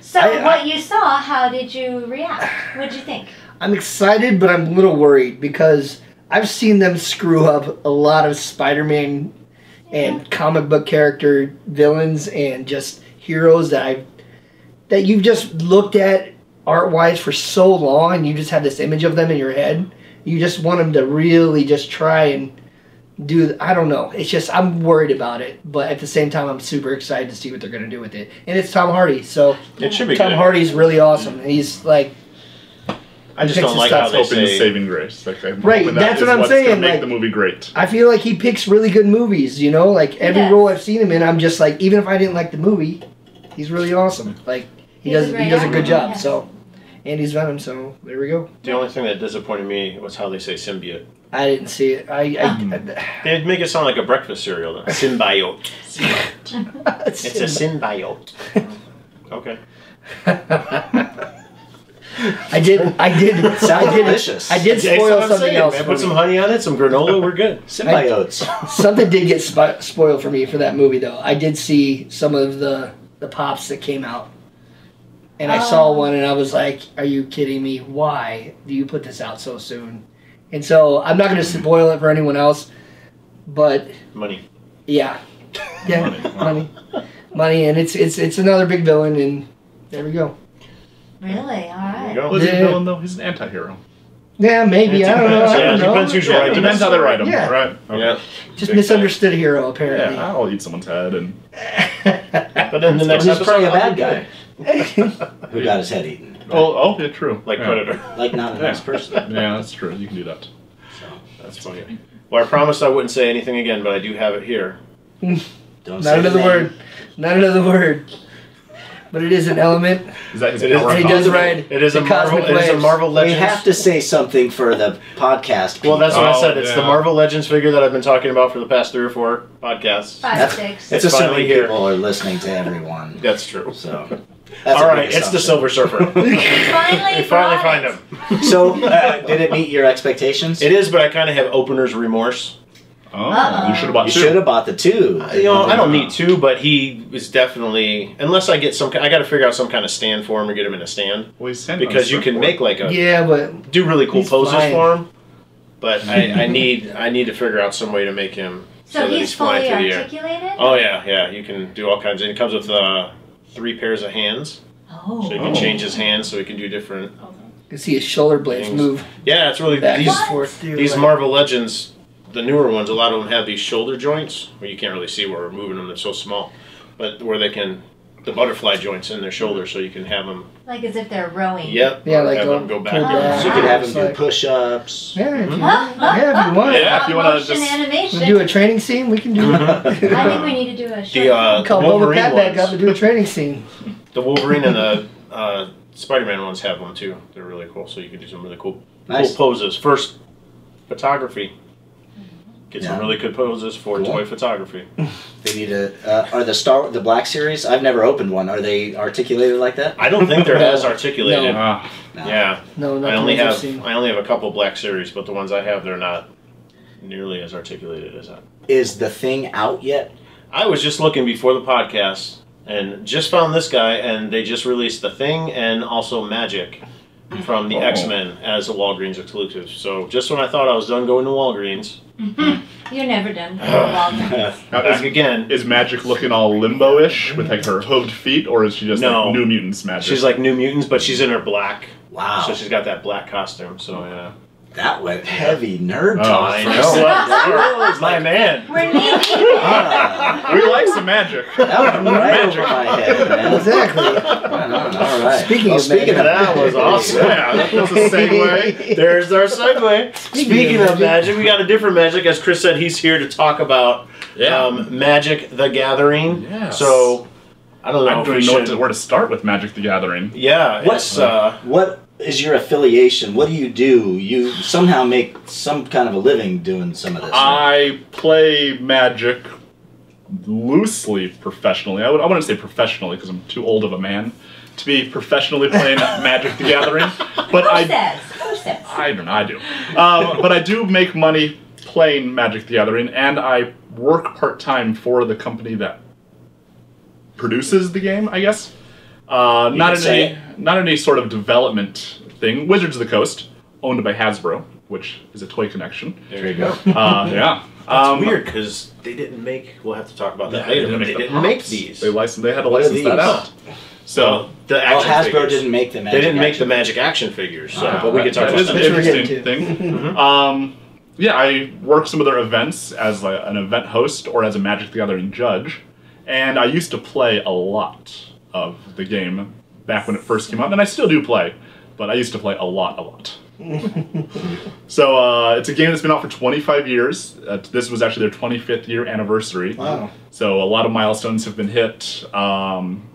E: so
D: I-
E: what you saw, how did you react? What'd you think?
D: I'm excited, but I'm a little worried because I've seen them screw up a lot of Spider-Man and comic book character villains and just heroes that I've that you've just looked at art-wise for so long, and you just have this image of them in your head. You just want them to really just try and do I don't know. It's just I'm worried about it, but at the same time I'm super excited to see what they're gonna do with it. And it's Tom Hardy, so
B: It should be
D: Tom
B: good.
D: Hardy's really awesome. He's like
B: I just
D: Picks
B: don't
D: the
B: like how
D: stats
B: they
F: Hoping the
B: say.
F: saving grace. Like, I'm
D: Right,
F: hoping
D: that's
F: is
D: what I'm
F: what's gonna
D: saying,
F: Make
D: like-
F: the movie great.
D: I feel like he picks really good movies, you know? Like every
E: Yes.
D: role I've seen him in, I'm just like even if I didn't like the movie, he's really awesome. Like he
E: He's a
D: does he
E: great
D: does a good
E: actor,
D: job.
E: yes.
D: So and he's Venom, so there we go.
B: The only thing that disappointed me was how they say symbiote.
D: I didn't see it. I,
B: Hmm.
D: I,
B: They make it sound like a breakfast cereal. though. Symbiote.
D: it's
B: It's a symbiote. okay.
D: I did. I did.
C: It sounds
D: I did.
C: delicious.
D: I did
B: That's what
D: spoil
B: I'm
D: something
B: saying,
D: else.
B: Man.
D: for
B: Put some
D: me.
B: honey on it, some granola. We're good.
C: Symbiotes.
D: Something did get spo- spoiled for me for that movie, though. I did see some of the the pops that came out, and I saw
E: Oh.
D: one, and I was like, "Are you kidding me? Why do you put this out so soon?" And so I'm not going to spoil it for anyone else, but
B: Money.
D: yeah, yeah,
F: Money, wow.
D: money, money, and it's it's it's another big villain, and there we go.
E: Really? All
B: There you
E: right.
B: go.
F: Was he a
D: Yeah.
F: villain though? He's an anti-hero.
D: Yeah, maybe I don't know. I
B: Yeah,
D: don't
B: it
D: know.
B: depends who's
F: Yeah,
B: right.
F: it depends how they write him,
D: Yeah.
F: right?
B: Yeah.
D: Just misunderstood hero apparently.
F: Yeah, I'll eat someone's head and
B: But then the next
C: He's
B: episode,
C: probably a
B: I'll
C: bad
B: be good.
C: guy who got his head eaten.
F: oh, oh, yeah, true.
B: Like
F: yeah.
B: Predator.
C: Like not a nice person.
F: Yeah, that's true. You can do that.
B: That's funny. Well, I promised I wouldn't say anything again, but I do have it here.
C: Don't say
D: Not
C: the
D: another
C: name.
D: word. Not another word. But it is an element.
F: Is that his
B: It is-
F: power
D: He
F: combo?
D: does ride.
B: It is
D: the
B: a Marvel.
D: Cosmic
B: It is a
D: waves.
B: Marvel
C: We
B: Legends.
C: have to say something for the podcast.
B: Well, that's what I
F: Oh,
B: said. It's the
F: yeah.
B: Marvel Legends figure that I've been talking about for the past three or four podcasts.
E: Five, six.
C: It's
B: It's finally
C: assuming
B: here.
C: people are listening to everyone.
B: That's true.
C: So.
B: All right, it's the Silver Surfer. we
E: Finally,
B: finally
E: brought
B: find
E: it.
B: him.
C: So, uh, did it meet your expectations?
B: It is, but I kind of have opener's remorse.
F: Oh,
E: Uh-oh.
F: you should have bought
C: you
F: two.
C: should have bought the two.
B: You know, I don't need to, but he is definitely. Unless I get some, ki- I got to figure out some kind of stand for him or get him in a stand
F: Well, he's sent on
B: because you can
F: surfboard.
B: make like a
D: Yeah, but
B: do really cool
D: He's
B: poses
D: flying.
B: for him. But I, I need I need to figure out some way to make him
E: So
B: that
E: he's fully
B: through the air.
E: articulated.
B: Oh yeah, yeah. You can do all kinds. And it comes with uh, three pairs of hands, so you
E: Oh.
B: can
F: Oh.
B: change his hands, so he can do different.
D: you can see his shoulder blades
B: Things.
D: move
B: Yeah, it's really
D: back
B: these
D: and forth. Dude,
B: these
D: like-
B: Marvel Legends, the newer ones. A lot of them have these shoulder joints where you can't really see where we're moving them. They're so small, but where they can the butterfly joints in their shoulder, so you can have them.
E: Like as if they're rowing.
B: Yep.
D: Yeah,
B: or
D: like
B: have
D: go-
B: them go back.
D: pull
E: back.
C: So you could have him
D: It's
C: do
D: like-
C: push-ups.
D: Yeah, if you,
C: Mm-hmm.
E: Huh? Huh?
D: yeah, if you want.
F: Yeah. if you wanna
E: Motion
F: just-
E: animation.
D: We do a training scene. We can
C: Mm-hmm.
D: do.
B: Mhm.
E: I think we need to do a short
B: The uh, the
D: Call Boba
B: Wolverine
D: Cat back up
B: ones,
D: and do a training scene.
B: the Wolverine and the uh, Spider-Man ones have them too. They're really cool, so you can do some really cool
C: Nice.
B: cool poses. First, photography.
D: Mm-hmm.
B: Get some
C: Yeah.
B: really good poses for
C: Cool.
B: toy photography.
C: They need a. Uh, are the Star the Black Series? I've never opened one. Are they articulated like that?
B: I don't think they're
D: No.
B: as articulated.
F: Ah,
C: No.
B: Yeah,
D: No, not
B: I
D: the
B: only
D: ones I've
B: have
D: seen.
B: I only have a couple Black Series, but the ones I have, they're not nearly as articulated as that.
C: Is the thing out yet?
B: I was just looking before the podcast and just found this guy, and they just released the Thing and also Magic from the
F: Oh.
B: X Men as a Walgreens exclusive. So just when I thought I was done going to Walgreens,
E: You're never done. with Walgreens.
F: Now,
B: back
F: is,
B: again.
F: is Magic looking all limbo-ish with like her hooved feet, or is she just
B: No.
F: like New Mutants Magic?
B: She's like New Mutants, but she's in her black.
C: Wow,
B: So she's got that black costume. So yeah,
C: that went heavy nerd
F: Oh,
C: talk.
B: I
C: for a
B: know.
C: second.
B: my man.
E: We're needy.
C: Ah,
F: we like some magic.
C: that went right over my head, man.
D: Exactly.
C: All right.
D: Speaking
C: Well,
D: of
C: speaking
D: magic-
B: That was awesome.
F: yeah, that's a segue.
B: There's our segue. Speaking, of,
D: of
B: magic, we got a different magic. As Chris said, he's here to talk about um, Magic: The Gathering.
F: Yes.
B: So I don't know.
F: I don't
B: if we
F: even know what
B: should-
F: to, where to start with Magic the Gathering.
B: Yeah,
C: What-
B: it's uh,
C: What is your affiliation? What do you do? You somehow make some kind of a living doing some of this.
F: I play Magic loosely professionally. I, would, I wouldn't say professionally because I'm too old of a man to be professionally playing Magic the Gathering. But
E: Who
F: I,
E: says? Who says?
F: I don't know, I do. Um, but I do make money playing Magic the Gathering, and I work part time for the company that produces the game, I guess. Uh,
C: can
F: not in
C: say
F: any, not in any sort of development thing. Wizards of the Coast, owned by Hasbro, which is a toy connection.
B: there you go.
F: Uh, yeah.
B: It's
F: Um,
B: weird because they didn't make. We'll have to talk about that
F: They
B: later. But
F: didn't make
B: they
F: the
B: didn't make
F: props.
B: these.
F: They licensed. They had to
C: What are
F: license that
C: these?
F: out. So
B: So the
C: oh,
B: action
C: Hasbro
B: figures.
C: didn't make the magic.
B: They didn't make the
C: action.
B: magic action figures. So,
F: Ah,
B: but we can talk
F: that
B: about
F: is an
B: that.
D: That's what we're
F: interesting thing. um, yeah, I work some of their events as a, an event host or as a Magic the Gathering judge, and I used to play a lot of the game back when it first came out, and I still do play, but I used to play a lot, a lot. so uh, it's a game that's been out for 25 years. Uh, this was actually their 25th year anniversary.
C: Wow.
F: So a lot of milestones have been hit. Um,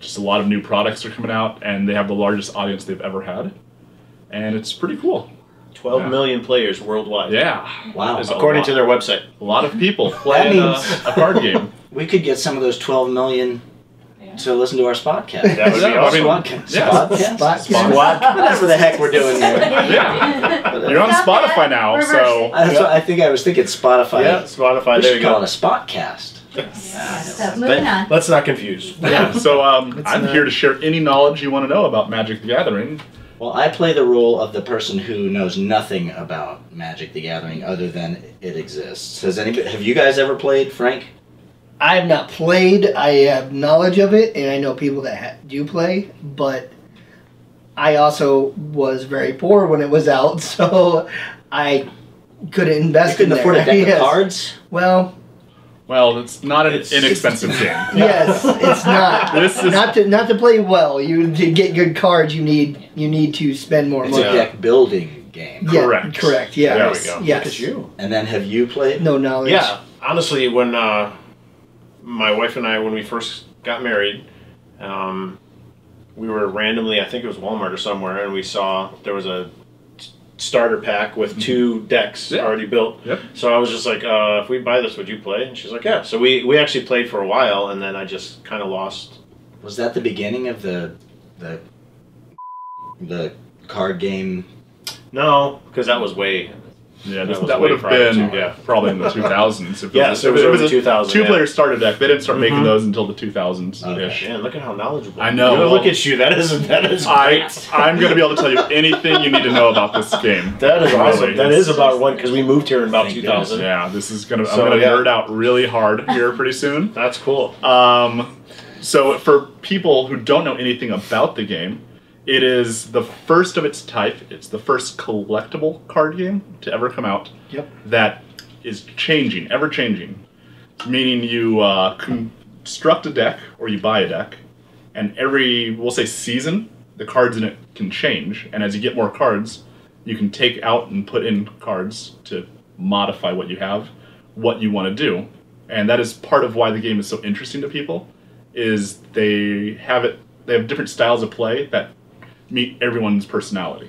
F: just a lot of new products are coming out, and they have the largest audience they've ever had, and it's pretty cool.
B: Twelve
F: Yeah.
B: million players worldwide.
F: Yeah.
C: Wow.
F: There's a
B: According
F: lot-
B: to their website.
F: a lot of people playing uh,
C: means-
F: a card game.
C: We could get some of those 12 million to listen to our podcast.
B: That would be
F: Yeah, I
B: awesome.
F: mean-
C: Spotcast.
F: yeah.
C: Spotcast?
B: Squad.
C: Whatever the heck we're doing there.
F: Yeah. You're on
E: Stop that.
F: Spotify now,
E: Reverse
F: so
E: it.
C: I, that's what I think I was thinking Spotify.
B: Yeah, Spotify.
C: We
B: there
C: should
B: you
C: call
B: go.
C: it a Spotcast.
E: So
B: But
E: moving on.
B: let's not confuse.
F: yeah. So um,
D: It's
F: I'm
D: not-
F: here to share any knowledge you want to know about Magic the Gathering.
C: Well, I play the role of the person who knows nothing about Magic the Gathering other than it exists. Has anybody, have you guys ever played, Frank?
D: I have not played. I have knowledge of it, and I know people that ha- do play, but I also was very poor when it was out, so I couldn't invest
C: You couldn't
D: in
C: afford
D: there.
C: a deck
D: Yes.
C: of cards?
D: Well,
F: Well, it's not an
B: It's-
F: inexpensive game.
D: yes, it's not.
F: This is-
D: not to not to play well. You to get good cards, you need you need to spend more
C: It's
D: money.
C: a deck building game.
D: Yeah,
F: Correct.
D: Correct. Yeah.
F: There we go.
D: Yes.
B: you.
C: And then have you played?
D: No knowledge.
B: Yeah. Honestly, when uh, my wife and I, when we first got married, um, we were randomly, I think it was Walmart or somewhere, and we saw there was a s- starter pack with two decks
F: Mm-hmm. Yeah.
B: already built.
F: Yep.
B: So I was just like, uh, if we buy this, would you play? And she's like, yeah. So we, we actually played for a while, and then I just kind of lost.
C: Was that the beginning of the the the card game?
B: No, because that was way.
F: Yeah,
B: That
F: this,
B: was
F: that
B: way
F: would have
B: prior
F: been
B: to- yeah.
F: probably in the 2000s. If
B: Yeah,
F: was,
B: so it was
F: if
B: early
F: a
B: 2000, yeah.
F: Two-player starter deck. They didn't start making
B: Mhm.
F: those until the 2000s.
C: Okay.
B: Man, look at how knowledgeable.
F: I know.
B: Look, look at you. That is that is
F: I
B: great.
F: I'm gonna be able to tell you anything you need to know about this game.
B: That is
F: Really,
B: awesome. That
F: it's-
B: is about one because we moved here in about
C: Thank
B: 2000.
F: Yeah, this is gonna.
B: So,
F: I'm gonna
B: yeah.
F: nerd out really hard here pretty soon.
B: That's cool.
F: Um, so for people who don't know anything about the game, it is the first of its type. It's the first collectible card game to ever come out.
D: Yep.
F: That is changing, ever changing. Meaning you uh, construct a deck or you buy a deck, and every we'll say season, the cards in it can change. And as you get more cards, you can take out and put in cards to modify what you have, what you want to do. And that is part of why the game is so interesting to people is they have it they have different styles of play that meet everyone's personality.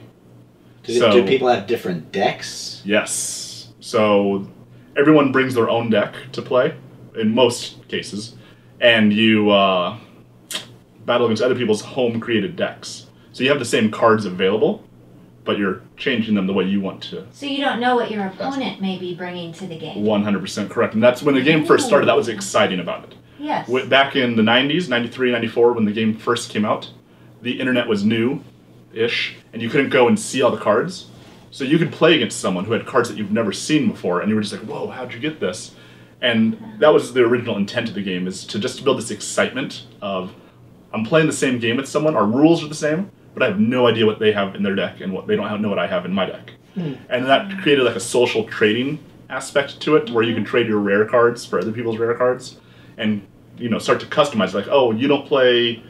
C: Do,
F: So-
C: do people have different decks?
F: Yes. So everyone brings their own deck to play, in most cases, and you uh, battle against other people's home created decks. So you have the same cards available, but you're changing them the way you want to.
E: So you don't know what your opponent may be bringing to the game.
F: 100% correct. And that's when the game first started, that was exciting about it.
E: Yes.
F: Wi- Back in the 90s, 93, 94, when the game first came out, the internet was new ish, and you couldn't go and see all the cards. So you could play against someone who had cards that you've never seen before, and you were just like, whoa, how'd you get this? And that was the original intent of the game, is to just build this excitement of, I'm playing the same game with someone, our rules are the same, but I have no idea what they have in their deck and what they don't have, know what I have in my deck. And that created like a social trading aspect to it, where you can trade your rare cards for other people's rare cards, and you know start to customize. Like, oh, you don't play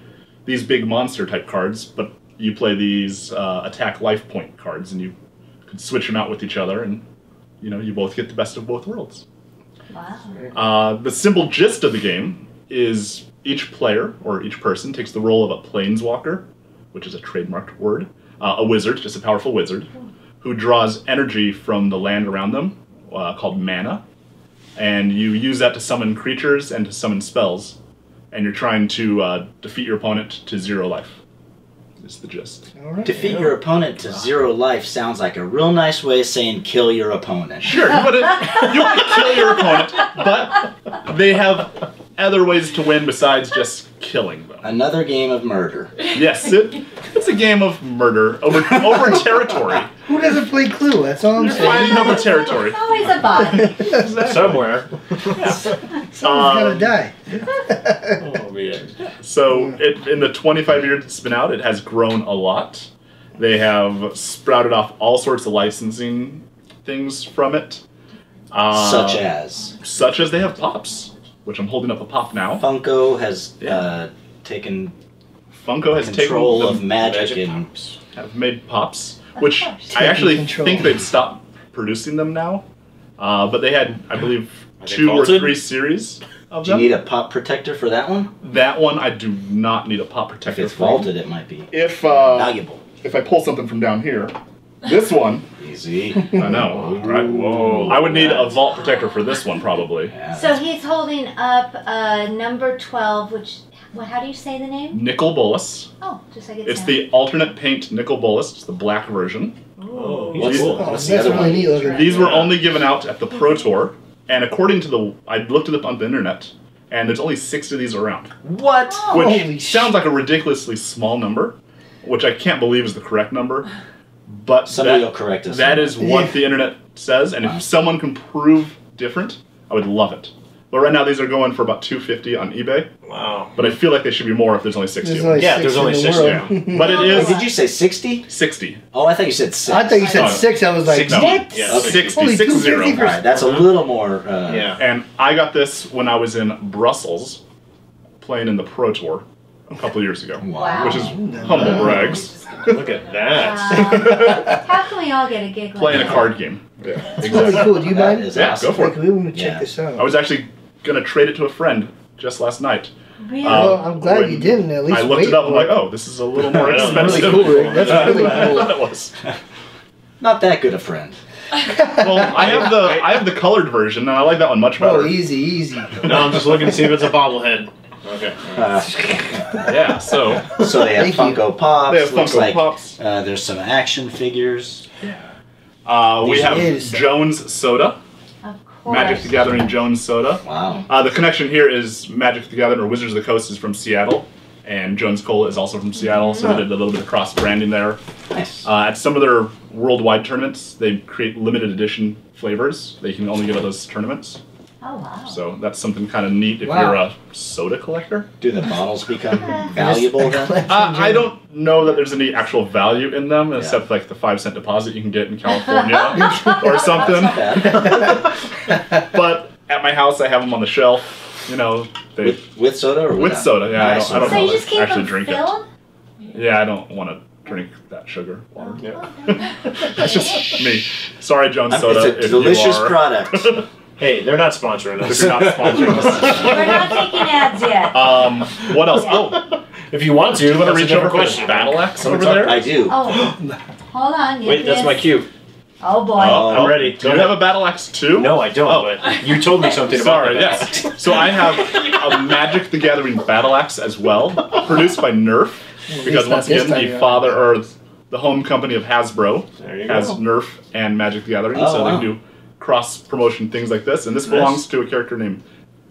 F: these big monster type cards, but you play these uh, attack life point cards, and you could switch them out with each other, and you know you both get the best of both worlds.
E: Wow.
F: Uh, the simple gist of the game is each player or each person takes the role of a planeswalker, which is a trademarked word, uh, a wizard, just a powerful wizard, who draws energy from the land around them uh, called mana. And you use that to summon creatures and to summon spells. And you're trying to uh, defeat your opponent to zero life. Is the gist.
D: All right.
C: Defeat your opponent to zero life sounds like a real nice way of saying kill your opponent.
F: Sure, you want to you want to kill your opponent, but they have other ways to win besides just killing them.
C: Another game of murder.
F: Yes, it, it's a game of murder over over territory.
D: Who doesn't play Clue? That's all I'm
F: You're
D: saying.
F: fighting over territory.
E: It's always a body.
B: Somewhere.
D: Someone's gotta die.
B: oh, man.
F: Um, So it, in the 25 years it's been out, it has grown a lot. They have sprouted off all sorts of licensing things from it, uh,
C: Such as
F: such as they have pops, which I'm holding up a pop now.
C: Funko has
F: Yeah.
C: uh, taken
F: Funko has
C: control
F: taken
C: of
F: them-
C: magic, and
F: have made pops,
E: Of
F: which
E: course.
F: I actually
D: Taking control.
F: think they've stopped producing them now. Uh, but they had, I believe,
B: Are they
F: two or
B: vaulted?
F: three series of
C: do you
F: them.
C: need a pop protector for that one?
F: that one I do not need a pop
C: If
F: protector.
C: it's
F: for.
C: vaulted, it might be
F: If uh,
C: valuable.
F: if I pull something from down here, this one
C: Easy.
F: I know. Right? Whoa! I would need a vault protector for this one probably.
C: Yeah,
E: So he's holding up uh, number 12, which, what, how do you say the name?
F: Nickel bolus.
E: Oh, just like it
F: It's
E: sounds.
F: the alternate paint nickel bolus. It's the black version.
B: Oh,
C: What's,
B: cool.
D: Oh,
C: what's
D: that's
C: the other
D: really
C: one?
D: neat looking.
F: These were
B: Yeah.
F: only given out at the Pro Tour, and according to the, I looked it up on the internet, and there's only six of these around,
C: What?
E: Oh,
F: which
D: Holy
F: sounds like a ridiculously small number, which I can't believe is the correct number. But
C: Somebody
F: that-
C: will correct us.
F: That is what
D: Yeah.
F: the internet says, and if someone can prove different, I would love it. But right now, these are going for about 250 on eBay.
B: Wow.
F: But I feel like they should be more if there's only 60
D: There's
F: of them.
D: only
B: Yeah,
D: six
B: there's
D: in
B: only
D: the
B: six,
D: world.
B: yeah.
F: But it
C: Wait,
F: is
C: did you say 60?
F: 60.
C: Oh, I thought you said six.
D: I thought you said
F: Oh.
D: six. I was like,
B: Six-
D: what?
B: Yeah,
C: Okay.
F: 60,
D: Holy
F: 60.
D: 250%.
C: All right, that's a
F: Mm-hmm.
C: little more. Uh,
B: Yeah.
F: And I got this when I was in Brussels playing in the Pro Tour a couple years ago,
E: Wow.
F: which is humble brags.
B: Look at that.
E: Wow. Um, how can we all get a gig like
F: Playing a
E: that?
F: card game. Yeah,
D: Really cool. Do you
C: That
D: mind?
C: is
F: Yeah,
C: awesome.
F: go for
D: Like, we want to check
C: Yeah.
D: this
F: I
D: out.
F: was actually going to trade it to a friend just last night.
E: Really?
D: Well,
F: Um,
D: I'm glad you
F: when
D: didn't. At least
F: I looked
D: wait
F: it up. I'm
D: for
F: like, oh, this is a little more
B: That's really
F: expensive.
D: cool, Rick. That's
F: Yeah,
D: really
F: I
D: cool.
F: thought it was.
C: Not that good a friend.
F: Well, I have the I have the colored version, and I like that one much better.
D: Oh, easy, easy.
B: No, I'm just looking to see if it's a bobblehead. Okay.
C: Uh,
F: Yeah, so
C: so they have
D: Thank you.
C: Funko Pops.
F: They have
C: looks
F: Funko
C: like,
F: Pops.
C: Uh, there's some action figures.
F: uh, we
C: These
F: have
D: is-
F: Jones Soda,
E: of course.
F: Magic the Gathering Jones Soda.
C: Wow.
F: Uh, the connection here is Magic the Gathering or Wizards of the Coast is from Seattle, and Jones Cola is also from Seattle, so they did a little bit of cross branding there.
C: Nice.
F: Uh, at some of their worldwide tournaments, they create limited edition flavors. They can only give at those tournaments,
E: Oh, wow.
F: so that's something kind of neat if
D: Wow.
F: you're a soda collector.
C: Do the bottles become valuable then?
F: Uh, I don't know that there's any actual value in them, except
C: Yeah.
F: like the five cent deposit you can get in California or something.
C: Bad.
F: But at my house, I have them on the shelf. You know, they
C: With, with soda or
F: With
C: without?
F: soda, yeah, I
C: Nice.
F: don't- I don't
E: so you
F: know.
E: just keep
F: Actually
E: them
F: drink it.
E: filled?
F: Yeah, I don't want to drink that sugar
E: Oh,
F: water.
B: Yeah.
F: That's just me. Sorry, John
C: I'm-
F: Soda.
C: it's a delicious product.
B: Hey, they're not sponsoring us.
F: They're not sponsoring us.
E: We're not taking ads yet.
F: Um, what else? Oh,
B: If you want to,
F: do you want to
B: that's a
F: reach
B: different
F: over for
B: question.
F: the battle axe
B: Someone's
F: over there?
C: I do.
E: oh, hold on. you
B: Wait, that's
E: miss-
B: my cue.
E: Oh, boy.
F: Oh,
B: I'm ready.
F: Do
B: Go
F: you
B: ahead.
F: have a battle axe too?
B: No, I don't.
F: Oh.
B: But you told me something about
F: Sorry,
B: that.
F: yes. So I have a Magic the Gathering battle axe as well, produced by Nerf, because
D: not
F: once
D: this
F: again,
D: time,
F: the
D: yeah.
F: father or the home company of Hasbro
B: There you
F: has
B: go.
F: Nerf and Magic the Gathering,
C: Oh,
F: so they
C: wow.
F: do cross promotion things like this. And this belongs to a character named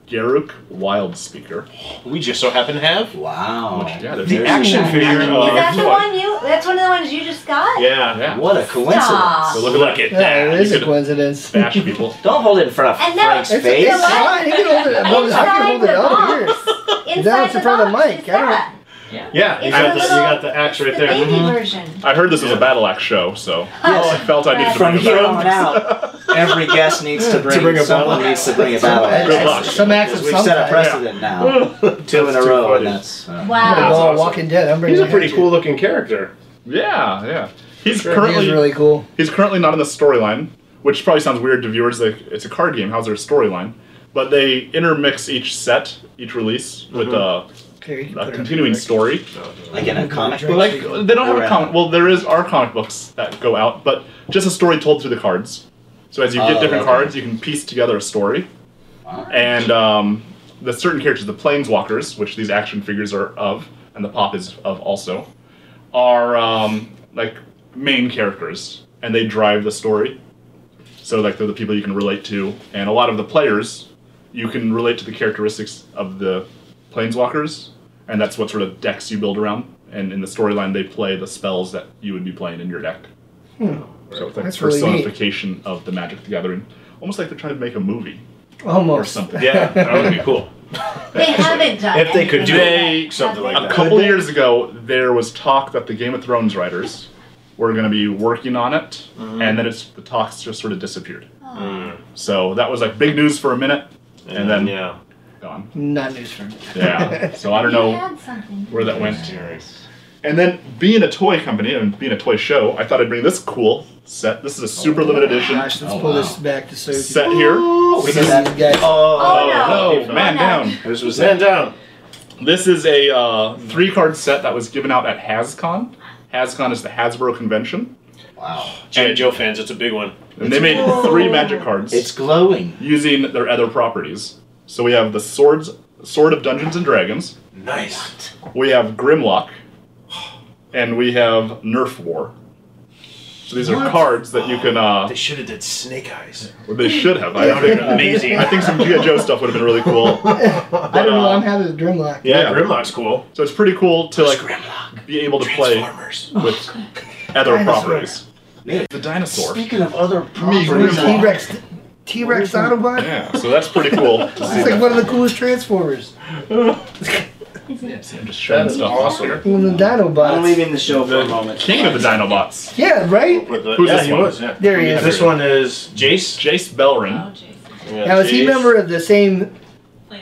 F: Garuk Wildspeaker.
B: We just so happen to have.
C: Wow.
F: Yeah, there's
C: The
F: there's-
C: action figure.
E: Is that the
B: Uh,
E: one you? That's one of the ones you just got?
B: Yeah.
F: Yeah.
C: What a coincidence.
E: Stop.
F: So
B: Look,
F: look at
B: at
D: Yeah,
B: that.
D: it is
F: you
D: a
F: could-
D: coincidence.
F: that. Bash people.
C: Don't hold it in front of
E: And now-
C: Frank's
D: It's,
C: face.
D: it's fine. You can hold it. well, I can hold it up
E: Inside the
D: here.
E: box.
D: Is
E: Inside
D: that what's in
E: the
D: front of
E: box
D: Mike?
E: is
D: I don't-
E: that.
B: Yeah, you
E: It's
B: got,
E: a
B: the,
E: little-
B: you got the axe right
E: the
B: there. Mm-hmm.
E: baby version.
F: I heard this was
B: Yeah.
F: a battle axe show, so
C: Yes.
F: I felt I needed to
C: From
F: bring it
C: here
F: back.
C: on out, every guest needs to bring,
B: bring a
C: someone
B: battle
C: needs to bring a battle axe.
F: Good luck.
D: Some acts
C: Because
D: of
C: We've
D: some
C: set a
D: kind.
C: precedent now, two in a
B: That's too
C: row, and
B: funny.
C: that's uh,
D: I'm gonna
E: Wow.
D: go on
B: awesome.
D: Walking Dead. I'm bringing
B: He's a
D: that
B: pretty
D: to
B: cool looking character.
F: Yeah, yeah. He's
D: you. He
F: currently
D: is really cool.
F: He's currently not in the storyline, which probably sounds weird to viewers. Like it's a card game. How's their storyline? But they intermix each set, each release, with a,
D: Here, you can
F: a
D: put it up
F: continuing
D: there.
F: story.
C: like in a comic book.
F: Like they don't have a comic. Well, there is our comic books that go out, but just a story told through the cards. So as you get
C: Oh,
F: different
C: okay.
F: cards, you can piece together a story. And um, the certain characters, the planeswalkers, which these action figures are of, and the pop is of also, are um, like main characters, and they drive the story. So like they're the people you can relate to, and a lot of the players, you can relate to the characteristics of the planeswalkers, and that's what sort of decks you build around. And in the storyline, they play the spells that you would be playing in your deck. So it's like
D: Hmm. That's really neat.
F: personification of the Magic the Gathering, almost like they're trying to make a movie or
D: Almost.
F: something.
B: Yeah, that would be cool.
E: They haven't done
B: If they could
E: anything
B: do
E: like
F: They-
E: that.
B: something like
F: A
B: that.
F: couple years ago, there was talk that the Game of Thrones writers We're going to be working on it,
B: Mm-hmm.
F: and then it's the talks just sort of disappeared. So that was like big news for a minute, and, then
B: Mm. yeah.
F: gone.
D: Not news for me.
F: Yeah. so I don't
E: You
F: know
E: had something.
F: where that went. And then being a toy company and being a toy show, I thought I'd bring this cool set. This is a super limited edition
D: Gosh, let's
C: Oh,
D: pull
C: wow.
D: this back to so
F: set here.
D: we
F: This is-
D: that guy.
E: Oh, no.
F: no, man
E: no.
F: down.
C: Whose was
B: Man
C: that?
B: down.
F: This is a uh, three card set that was given out at HasCon. HasCon is the Hasbro convention.
C: Wow.
B: G.I. Joe fans, it's a big one.
F: And they made three magic cards
C: It's glowing.
F: using their other properties. So we have the Swords Sword of Dungeons and Dragons,
B: Nice.
F: we have Grimlock, and we have Nerf War. So these are cards that you can uh,
B: They should have did Snake Eyes.
F: Well, they should have. I think
B: Amazing.
F: I think some GI Joe stuff would have been really cool.
D: I don't know. I'm happy with Grimlock.
B: Yeah,
F: Yeah.
B: Grimlock's cool.
F: So it's pretty cool to like
C: Grimlock.
F: be able to play
B: Transformers.
F: with other
D: Dinosaur.
F: properties.
C: Man,
F: The dinosaur.
C: Speaking of other properties,
D: T Rex, T Rex Autobot.
F: Yeah, so that's pretty cool. To see
D: It's like one of the coolest Transformers.
E: Is it?
F: I'm just showing
B: That's
F: stuff
B: awesome.
F: off here.
D: One of the
C: I'm
D: Dinobots.
C: leaving the show for a moment.
F: King of the Dinobots.
D: Yeah, right.
B: With the-
F: Who's
B: yeah,
F: this
B: he
F: one?
B: was, yeah.
D: There he is.
B: This one is Jace.
F: Jace
G: Oh,
F: Belrin.
B: Yeah,
D: Now is he
B: Jace.
D: a member of the same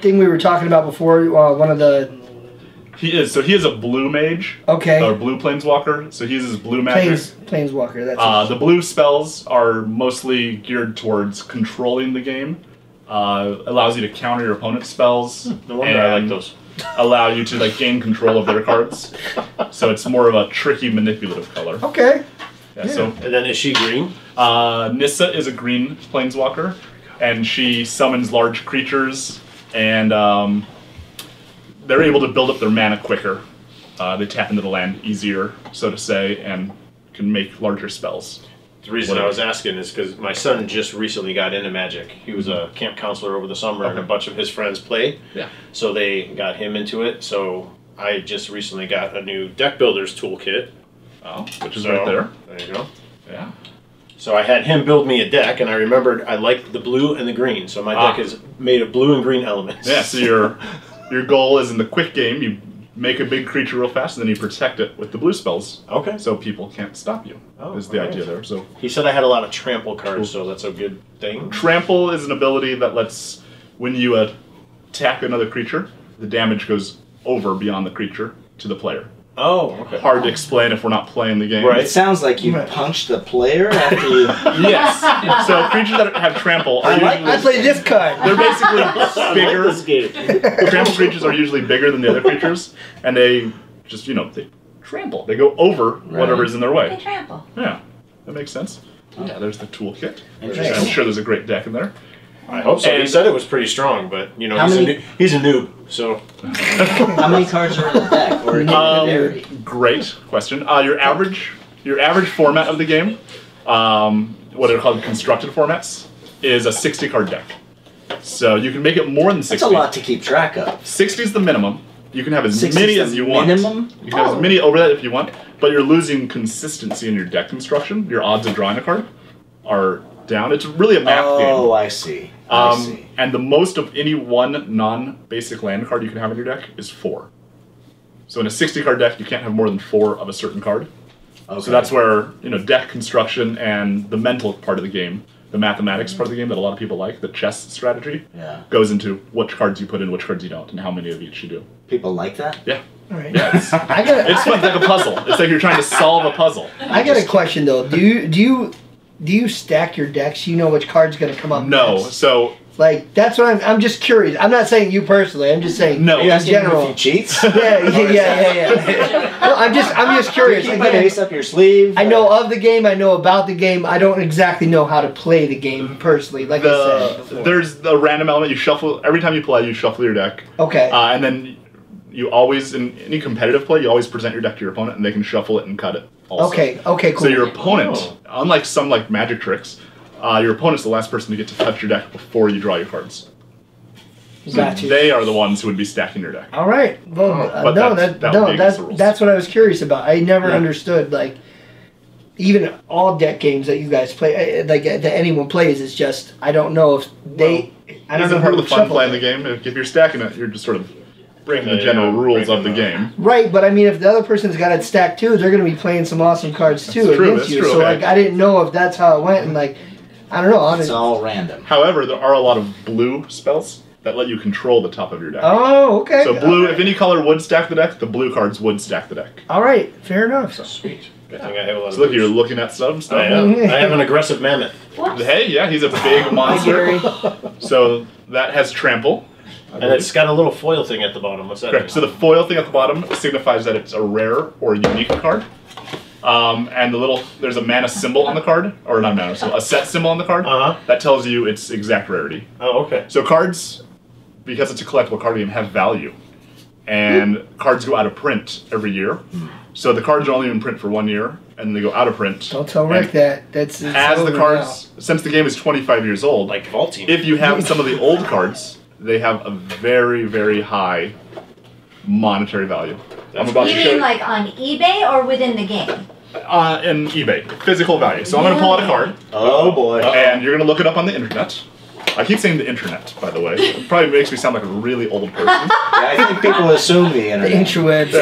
D: thing we were talking about before? Uh, one of the
F: He is. So he is a blue mage, or
D: okay
F: blue planeswalker. So he uses blue magic.
D: planes planeswalker. That's
F: Uh, the blue spells are mostly geared towards controlling the game. Uh, allows you to counter your opponent's spells.
B: Hmm, No wonder I like
F: and
B: those.
F: allow you to like gain control of their cards. So it's more of a tricky manipulative color.
B: Oh,
D: okay.
F: Yeah, So
B: And then is she green?
F: uh, Nissa is a green planeswalker, and she summons large creatures, and um, they're able to build up their mana quicker. Uh, they tap into the land easier, so to say, and can make larger spells.
B: The reason I was asking is because my son just recently got into magic. He was a camp counselor over the summer, and a bunch of his friends play.
F: Yeah.
B: So they got him into it. So I just recently got a new deck builders toolkit.
F: Oh, which is
B: So
F: right there.
B: There you go.
F: Yeah.
B: So I had him build me a deck, and I remembered I liked the blue and the green. So my
F: Ah.
B: deck is made of blue and green elements.
F: Yeah. So your your goal is in the quick game, you make a big creature real fast, and then you protect it with the blue spells.
B: Okay.
F: so people can't stop you.
B: Oh,
F: is the
B: okay.
F: idea there? So
B: He said I had a lot of trample cards, so that's a good thing.
F: trample is an ability that lets when you uh, attack another creature, the damage goes over beyond the creature to the player.
B: Oh, okay.
F: Hard to explain if we're not playing the game.
B: Right.
C: It sounds like you
D: Right.
C: punched the player after you.
F: Yes. so creatures that have trample are
C: I like
F: usually
D: I played this card.
F: they're basically bigger.
B: game.
F: trample creatures are usually bigger than the other creatures, and they just you know they trample. They go over whatever is in their
E: They
F: way.
E: trample.
F: Yeah, that makes sense. Yeah, there's the toolkit.
C: Interesting.
F: I'm sure there's a great deck in there.
B: I hope so. he
F: And-
B: said it was pretty strong, but you know
C: How
B: he's a,
C: many-
B: new, he's a noob, so
C: How many cards are in the deck? Or can it vary?
F: Great question. Uh, your average, your average format of the game, um, what are called constructed formats, is a 60 card deck. So you can make it more than 60.
C: That's a lot to keep track of.
F: 60 is the minimum. You can have as
C: 60
F: many
C: is
F: as
C: the
F: you want.
C: minimum? Oh.
F: You can have as many over that if you want, but you're losing consistency in your deck construction. Your odds of drawing a card are down. It's really a math game.
C: Oh, I see. I
F: Um,
C: see.
F: and the most of any one non-basic land card you can have in your deck is four. So in a 60-card deck, you can't have more than four of a certain card.
C: Okay.
F: So that's where you know deck construction and the mental part of the game, the mathematics part of the game that a lot of people like, the chess strategy,
C: Yeah.
F: goes into which cards you put in, which cards you don't, and how many of each you do.
C: People like that?
F: Yeah,
D: All right.
F: yeah. It's,
D: I got.
F: it's like, like a puzzle. It's like you're trying to solve a puzzle.
D: I got a question though. Do you do you do you stack your decks? You know which card's gonna come up.
F: No,
D: next?
F: so
D: Like that's what I'm. I'm just curious. I'm not saying you personally. I'm just saying
C: Are
F: No.
C: you
D: in
C: asking him
D: general.
C: if he cheats?
D: yeah, yeah, yeah, yeah. yeah. no, I'm just I'm just curious.
C: Keep
D: Again,
C: an ace up your sleeve.
D: I know of the game. I know about the game. I don't exactly know how to play the game personally. Like I said
F: the
D: before.
F: there's the random element you shuffle every time you play. You shuffle your deck.
D: Okay.
F: Uh, and then you always, in any competitive play, you always present your deck to your opponent, and they can shuffle it and cut it. Also.
D: okay. Okay. Cool.
F: So your opponent, unlike some like magic tricks, uh, your opponent's the last person to get to touch your deck before you draw your cards. So
D: Gotcha.
F: They are the ones who would be stacking your deck.
D: All right. Well, uh,
F: Oh, but
D: no,
F: that's-
D: that,
F: that would be
D: no,
F: against
D: that's
F: the rules.
D: that's what I was curious about. I never
F: Yeah.
D: understood like even all deck games that you guys play, uh, like uh, that anyone plays. It's just I don't know if they. I don't
F: Isn't
D: know
F: part
D: who
F: of the fun
D: shuffled
F: playing
D: it.
F: the game? If, if you're stacking it, you're just sort of breaking the
B: Yeah,
F: general
B: yeah,
F: rules
B: breaking
F: of the
B: the-
F: game.
D: Right, but I mean, if the other person's got it stacked too, they're going to be playing some awesome cards too
F: That's true,
D: against
F: that's
D: you.
F: true,
D: so
F: okay.
D: like, I didn't know if that's how it went, and like, I don't know. I
C: It's
D: didn't-
C: all random.
F: However, there are a lot of blue spells that let you control the top of your deck.
D: oh, okay.
F: so blue, if any color would stack the deck, the blue cards would stack the deck.
D: all right, fair enough.
B: Sweet. Good thing I have a lot of
F: So look,
B: booze.
F: you're looking at some
B: I
F: stuff.
B: am. I am an aggressive mammoth.
E: Whoops.
F: Hey, yeah, he's a big monster. so that has trample. I
B: And
F: believe.
B: it's got a little foil thing at the bottom. What's that?
F: Correct. So the foil thing at the bottom signifies that it's a rare or unique card. Um, and the little there's a mana symbol on the card, or not mana symbol, a set symbol on the card
B: Uh-huh.
F: that tells you its exact rarity.
B: oh, okay.
F: So cards, because it's a collectible card game, have value, and cards go out of print every year. So the cards are only in print for one year, and they go out of print.
D: Don't tell
F: And
D: Rick that. That's it's
F: As the
D: over
F: cards, since the game is 25 years old,
B: Like vaulting.
F: if you have some of the old cards, they have a very, very high monetary value. I'm about
E: You
F: to show
E: mean
F: you
E: like on eBay or within the game?
F: uh, in eBay physical value. So I'm gonna pull out a card,
C: Oh boy.
F: and you're gonna look it up on the internet. I keep saying the internet, by the way. It probably makes me sound like a really old person.
C: Yeah, I think people assume the
D: The
C: internet.
D: interwebs.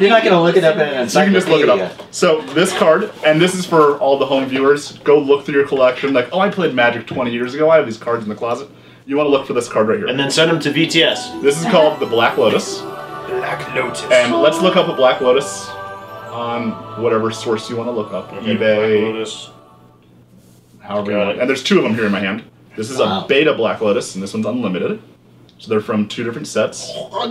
C: You're not going to look it up in an
F: So you can just look
C: encyclopedia.
F: it up. So this card, and this is for all the home viewers. Go look through your collection. Like, oh, I played Magic 20 years ago. I have these cards in the closet. You want to look for this card right here.
B: and then send them to VTS.
F: this is called the Black Lotus.
B: Black Lotus.
F: And let's look up a Black Lotus on whatever source you want to look up,
B: Okay, Black
F: eBay,
B: Lotus.
F: however you
B: Got
F: want.
B: it.
F: And there's two of them here in my hand. This is
C: Wow.
F: a beta Black Lotus, and this one's unlimited. So they're from two different sets,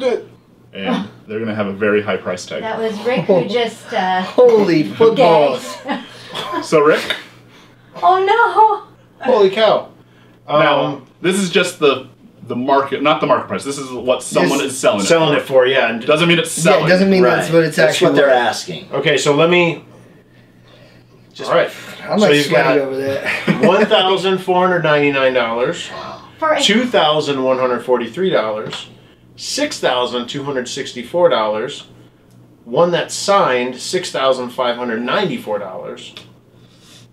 F: and they're gonna have a very high price tag.
E: That was Rick who just uh,
D: Holy footballs.
E: gagged.
F: So Rick,
E: oh
B: Holy cow. Um,
F: now this is just the the market, not the market price. This is what someone
D: This-
F: is selling. it
B: selling
F: for.
B: it for yeah. And
F: doesn't mean it's selling.
D: Yeah, it doesn't mean
C: Right.
D: that's what it's
C: That's
D: actually.
C: what they're
D: worth.
C: asking.
B: okay, so let me. All right.
D: I'm
B: so
D: like
B: you've got
D: sweaty over that.
B: one thousand four hundred ninety nine dollars.
E: no! For a
B: two thousand one hundred forty-three dollars, six thousand two hundred sixty-four dollars, one that's signed six thousand five hundred ninety-four dollars.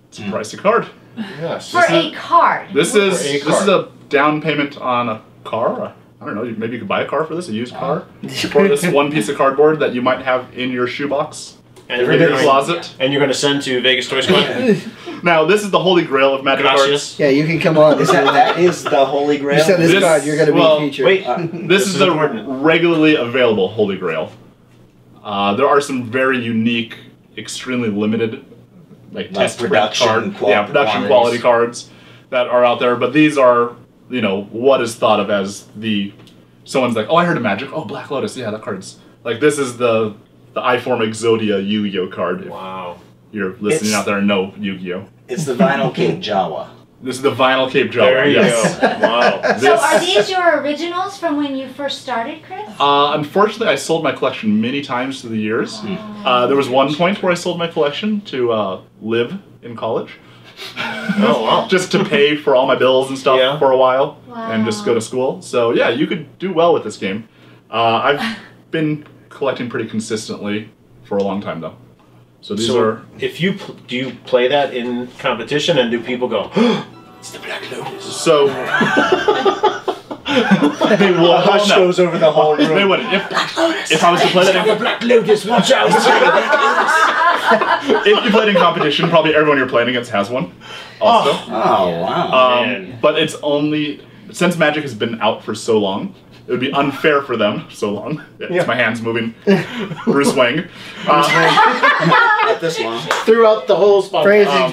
F: It's a pricey card.
B: Yes,
E: for a card.
F: This is
B: a
F: this is
B: car.
F: a down payment on a car. I I don't know. you- Maybe you could buy a car for this, a used car, for this one piece of cardboard that you might have in your shoebox,
B: and
F: in
B: you're,
F: your
B: going,
F: closet.
B: and you're going to send to Vegas Toy Squad.
F: Now, this is the holy grail of magic cards.
B: Gracias.
D: yeah, you can come on.
C: Is that, that is the holy grail.
D: you said this,
F: This-
D: card, you're going to
F: well,
D: be featured.
B: Wait,
F: This,
B: This
F: is
B: is
F: the
B: important.
F: regularly available holy grail. Uh, there are some very unique, extremely limited, like,
C: Like
F: test print
C: production
F: card,
C: qual-
F: yeah, production
C: quantities.
F: quality cards that are out there. But these are, you know, what is thought of as the someone's like, oh, I heard of Magic. Oh, Black Lotus. Yeah, that card's like this is the the iForm Exodia Yu-Gi-Oh card. If
B: wow.
F: you're listening
C: It's-
F: out there and know Yu-Gi-Oh.
C: It's the vinyl cake Jawa.
F: This is the vinyl Cape Java.
B: There you
F: yes.
B: go. Wow.
E: so
F: This-
E: are these your originals from when you first started, Chris?
F: Uh, unfortunately, I sold my collection many times through the years. Uh, there was one point where I sold my collection to uh, live in college,
B: Oh wow.
F: just to pay for all my bills and stuff
B: Yeah.
F: for a while,
E: Wow.
F: and just go to school. So yeah, you could do well with this game. Uh, I've been collecting pretty consistently for a long time though. So these
B: So
F: are
B: if you pl- do you play that in competition, and do people go? it's the Black Lotus.
F: so. they will oh,
C: A hush
F: no.
C: goes over the whole room.
F: They wouldn't. If, if I was to play that in
C: Black Lotus, watch out!
F: if you played in competition, probably everyone you're playing against has one. Also,
C: Oh wow!
F: um,
B: man.
F: but it's only since Magic has been out for so long, it would be unfair for them. So long, it's my hands moving. Bruce Wang. Uh,
C: Not this long.
B: Throughout the whole spot.
D: Crazy.
F: um,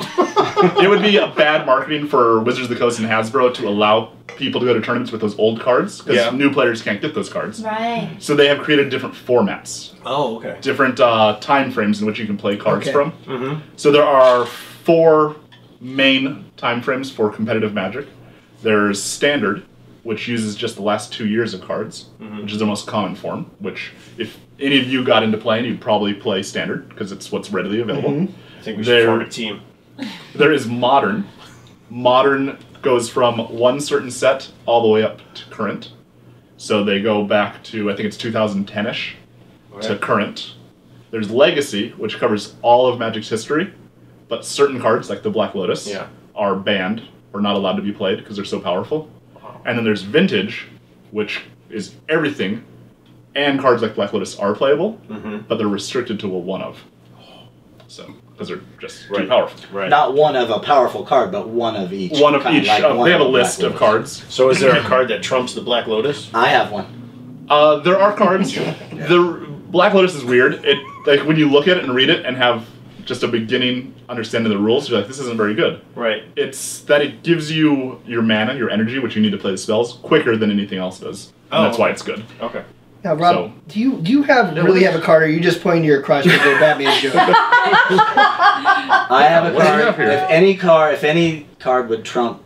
F: it would be a bad marketing for Wizards of the Coast and Hasbro to allow people to go to tournaments with those old cards because
B: Yeah.
F: new players can't get those cards.
E: Right.
F: So they have created different formats.
B: Oh okay.
F: different uh, time frames in which you can play cards
D: Okay.
F: from. Mm-hmm. So there are four main time frames for competitive Magic. There's Standard, which uses just the last two years of cards, which is the most common form. Which, if any of you got into playing, you'd probably play Standard because it's what's readily available.
B: I think we should
F: There-
B: form a team.
F: There is Modern. Modern goes from one certain set all the way up to current. So they go back to I think it's 2010 ish to current. There's Legacy, which covers all of Magic's history, but certain cards, like the Black Lotus,
B: Yeah.
F: are banned or not allowed to be played because they're so powerful. And then there's Vintage, which is everything and cards like Black Lotus are playable,
B: Mhm.
F: but they're restricted to a one of. So because they're just
B: Right.
F: too powerful.
B: Right.
C: Not one of a powerful card, but one of each.
F: One of
C: kind,
F: each.
C: like
F: uh,
C: one
F: they have a
C: of Black
F: list of
C: Lotus.
F: cards.
B: so is there a card that trumps the Black Lotus?
C: I have one.
F: Uh, there are cards. The Black Lotus is weird. It like when you look at it and read it and have just a beginning understanding of the rules, you're like, this isn't very good.
B: Right.
F: It's that it gives you your mana, your energy, which you need to play the spells quicker than anything else does, and
B: Oh.
F: that's why it's good.
B: Okay.
D: Now, Rob,
F: So-
D: do you do you have
F: No,
D: really
F: we-
D: have a card, or are you just pointing to your crotch to go Batman joke?
C: I have a
F: What do you
C: card.
F: have here?
C: If any card, if any card would trump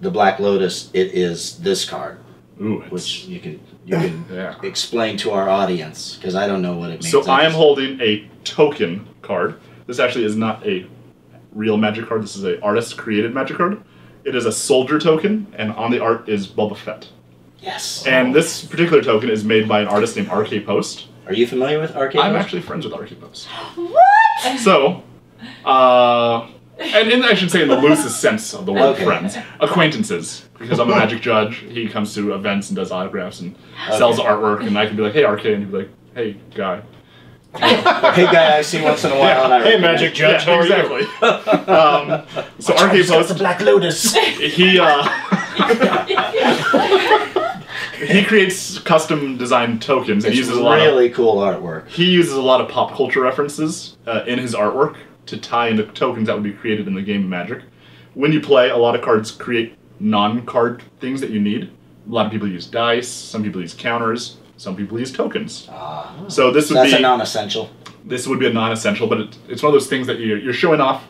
C: the Black Lotus, it is this card,
F: Ooh, it's-
C: which you can you can
F: yeah.
C: explain to our audience because I don't know what it means.
F: So I am
C: just-
F: holding a token card. This actually is not a real magic card. This is a artist created magic card. It is a soldier token, and on the art is Boba Fett.
C: Yes.
F: And this particular token is made by an artist named RK Post.
C: Are you familiar with Arcade?
F: I'm
C: Mouse?
F: actually friends with RK Post.
E: What?
F: So, uh, and in, I should say in the loosest sense of the word
C: Okay.
F: friends, acquaintances, because I'm a magic judge. He comes to events and does autographs and sells artwork, and I can be like, hey, RK, and he'd be like, hey, guy.
C: Hey guy, I see once in a while. and I
B: Hey,
C: recognize-
B: Magic Judge, how
F: Yeah,
B: are
F: exactly. um, so RK
C: It's
F: Post,
C: the Black Lotus.
F: he uh, he creates custom designed tokens and
C: It's
F: uses a lot. Of,
C: really cool artwork.
F: he uses a lot of pop culture references uh, in his artwork to tie into tokens that would be created in the game of Magic. When you play, a lot of cards create non-card things that you need. A lot of people use dice. Some people use counters. Some people use tokens.
C: Ah,
F: So this
C: so
F: would
C: that's
F: be
C: a non-essential.
F: this would be a non-essential, but it, it's one of those things that you're, you're showing off.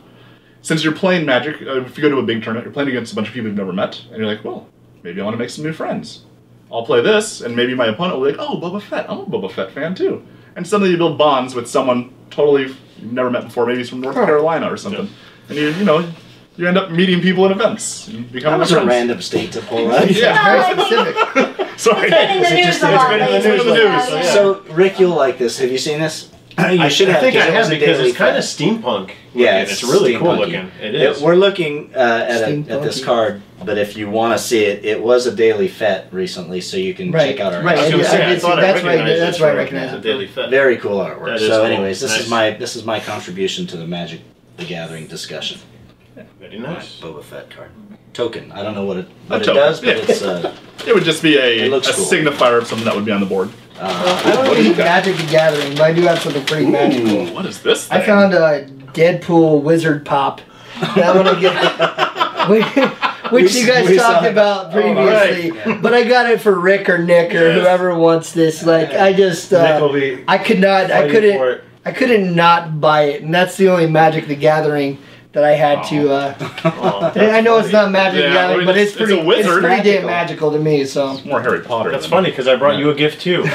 F: Since you're playing Magic, uh, if you go to a big tournament, you're playing against a bunch of people you've never met, and you're like, well, maybe I want to make some new friends. I'll play this, and maybe my opponent will be like, oh, Boba Fett, I'm a Boba Fett fan too. And suddenly you build bonds with someone totally f- you've never met before, maybe he's from North Carolina or something. And you, you know, you end up meeting people at events. You
C: That
F: become
C: was a
F: friends.
C: random state to pull up.
F: Yeah.
D: Very specific.
F: Sorry.
E: It's been in the
C: Is it
E: news
C: just-
E: a
C: it's
E: lot
B: been in the
E: lately.
B: news lately,
E: Yeah,
B: so
E: yeah.
C: So Rick, you'll like this. Have you seen this? you
B: I should. I think I
C: it was
B: have
C: a
B: because
C: daily
B: it's kind of
C: thing.
B: steampunk.
C: Yeah,
B: looking. it's, really cool
C: steampunky.
B: looking. It is.
C: we're looking uh, at, a, at this
D: Steampunky.
C: card, but if you want to see it, it was a daily fet recently, so you can
D: Right,
C: check out our
D: right.
B: I was
D: I
B: gonna
D: did-
B: say,
D: I
B: I
D: did
B: thought
D: see-
B: I
D: that's right,
B: recognized
D: that's
B: this
D: right,
B: from
D: recognize
B: the
D: it.
B: Daily Fed.
C: very cool artwork.
B: That is
C: So,
B: cool.
C: anyways, this
B: Nice.
C: is my this is my contribution to the Magic the Gathering discussion.
B: Very nice.
C: My Boba Fett card token. I don't know what it what it
F: token,
C: does, but
F: yeah.
C: it's uh,
F: It would just be a,
C: It
F: a
C: looks cool.
F: signifier of something that would be on the board.
C: uh,
D: I don't
F: What do you
D: really
F: got?
D: Magic the Gathering, but I do have something pretty magical.
F: Ooh, what is this?
D: I
F: thing?
D: found a Deadpool wizard pop. That one I get. Which you guys
C: We saw
D: talked
C: it.
B: right.
D: about previously, but I got it for Rick or Nick or
B: Yes.
D: whoever wants this. Like I just,
B: Nick
D: uh,
B: will be
D: I could not, I
B: fighting for
D: couldn't,
B: it.
D: I couldn't not buy it, and that's the only Magic the Gathering that I had to. Uh,
B: Aw, that's
D: I know it's
B: funny.
D: not Magic
F: Yeah,
D: the
F: I
D: Gathering,
F: mean,
D: but
F: it's-
D: it's,
F: it's
D: pretty,
F: a wizard.
D: it's pretty damn
C: Magical.
D: magical to me. So
F: more Harry Potter.
B: That's
F: than-
B: funny because I brought you a gift too.
E: Aw.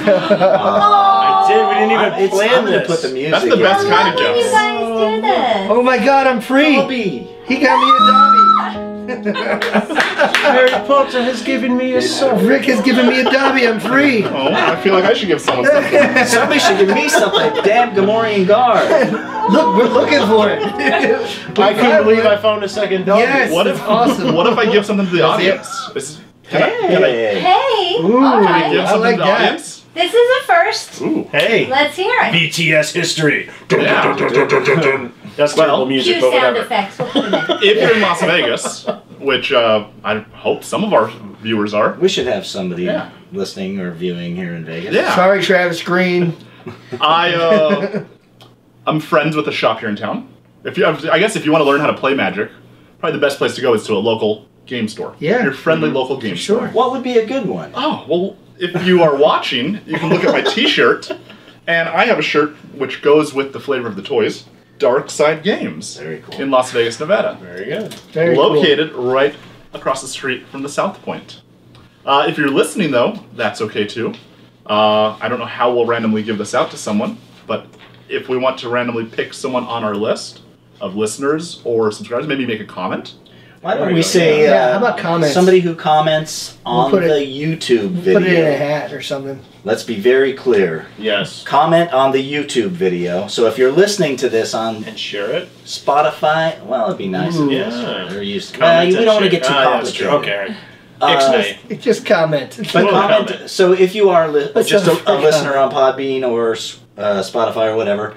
B: I did. We didn't even
C: it's,
B: plan
C: I'm gonna
B: this.
C: put the music.
F: That's the
C: in.
E: I
F: best
E: love
F: kind of
E: when you
F: gifts.
E: guys do this.
D: oh my god, I'm free. He got me a Dobby.
B: Harry Potter has given me a soul.
D: Rick has given me a Dobby. I'm free.
F: Oh, I feel like I should give someone something.
C: Somebody should give me something. Damn Gamorrean guard.
D: Look, we're looking for it.
B: I couldn't believe I found a second dog.
D: Yes.
F: What
D: That's
F: if
D: awesome.
F: What if I give something to the
D: That's it.
F: audience? Is, can I, can I
C: Hey.
E: Hey,
D: Ooh,
E: all
D: I
F: give
E: right.
F: something
D: like
F: to the
D: that.
F: audience?
E: This is a first.
F: Ooh.
B: Hey.
E: Let's hear it.
B: BTS history.
F: Yeah.
B: That's
F: Well,
B: terrible music,
E: Cue
B: but
E: sound
B: whatever.
E: effects. We'll put 'em in.
F: If you're in Las Vegas, which uh, I hope some of our viewers are,
C: We should have somebody
F: Yeah.
C: listening or viewing here in Vegas.
F: Yeah.
D: Sorry, Travis Green.
F: I uh, I'm friends with a shop here in town. If you, I guess, if you want to learn how to play Magic, probably the best place to go is to a local game store.
D: Yeah.
F: Your friendly local game store.
D: Sure.
C: What would be a good one?
F: Oh, well, if you are watching, you can look at my t shirt. And I have a shirt which goes with the flavor of the toys Dark Side Games.
C: Very cool.
F: In Las Vegas, Nevada.
B: Very good.
D: Very cool.
F: Located right across the street from the South Point. Uh, if you're listening, though, that's okay too. Uh, I don't know how we'll randomly give this out to someone, but if we want to randomly pick someone on our list of listeners or subscribers, maybe make a comment.
C: Why
B: There
C: don't
B: we
C: we
B: go.
C: say
D: Yeah,
C: uh,
D: how about comments?
C: Somebody who comments on
D: put it-
C: the YouTube video.
D: Put it in a hat or something.
C: Let's be very clear.
B: Yes.
C: Comment on the YouTube video. So if you're listening to this on
B: And share it.
C: Spotify, well, it'd be nice.
D: Ooh.
C: if
B: Yeah.
C: They're used.
B: Comment
C: well, we
B: and
C: don't want to
B: share-
C: get too
B: Ah, that's
C: complicated.
B: true. Uh, Okay. Ixnay.
D: Just comment.
C: But
B: Well,
C: comment,
B: comment.
C: So if you are li-
D: But
C: just
D: some
C: a, a
D: free
C: listener on Podbean or s- uh, Spotify or whatever,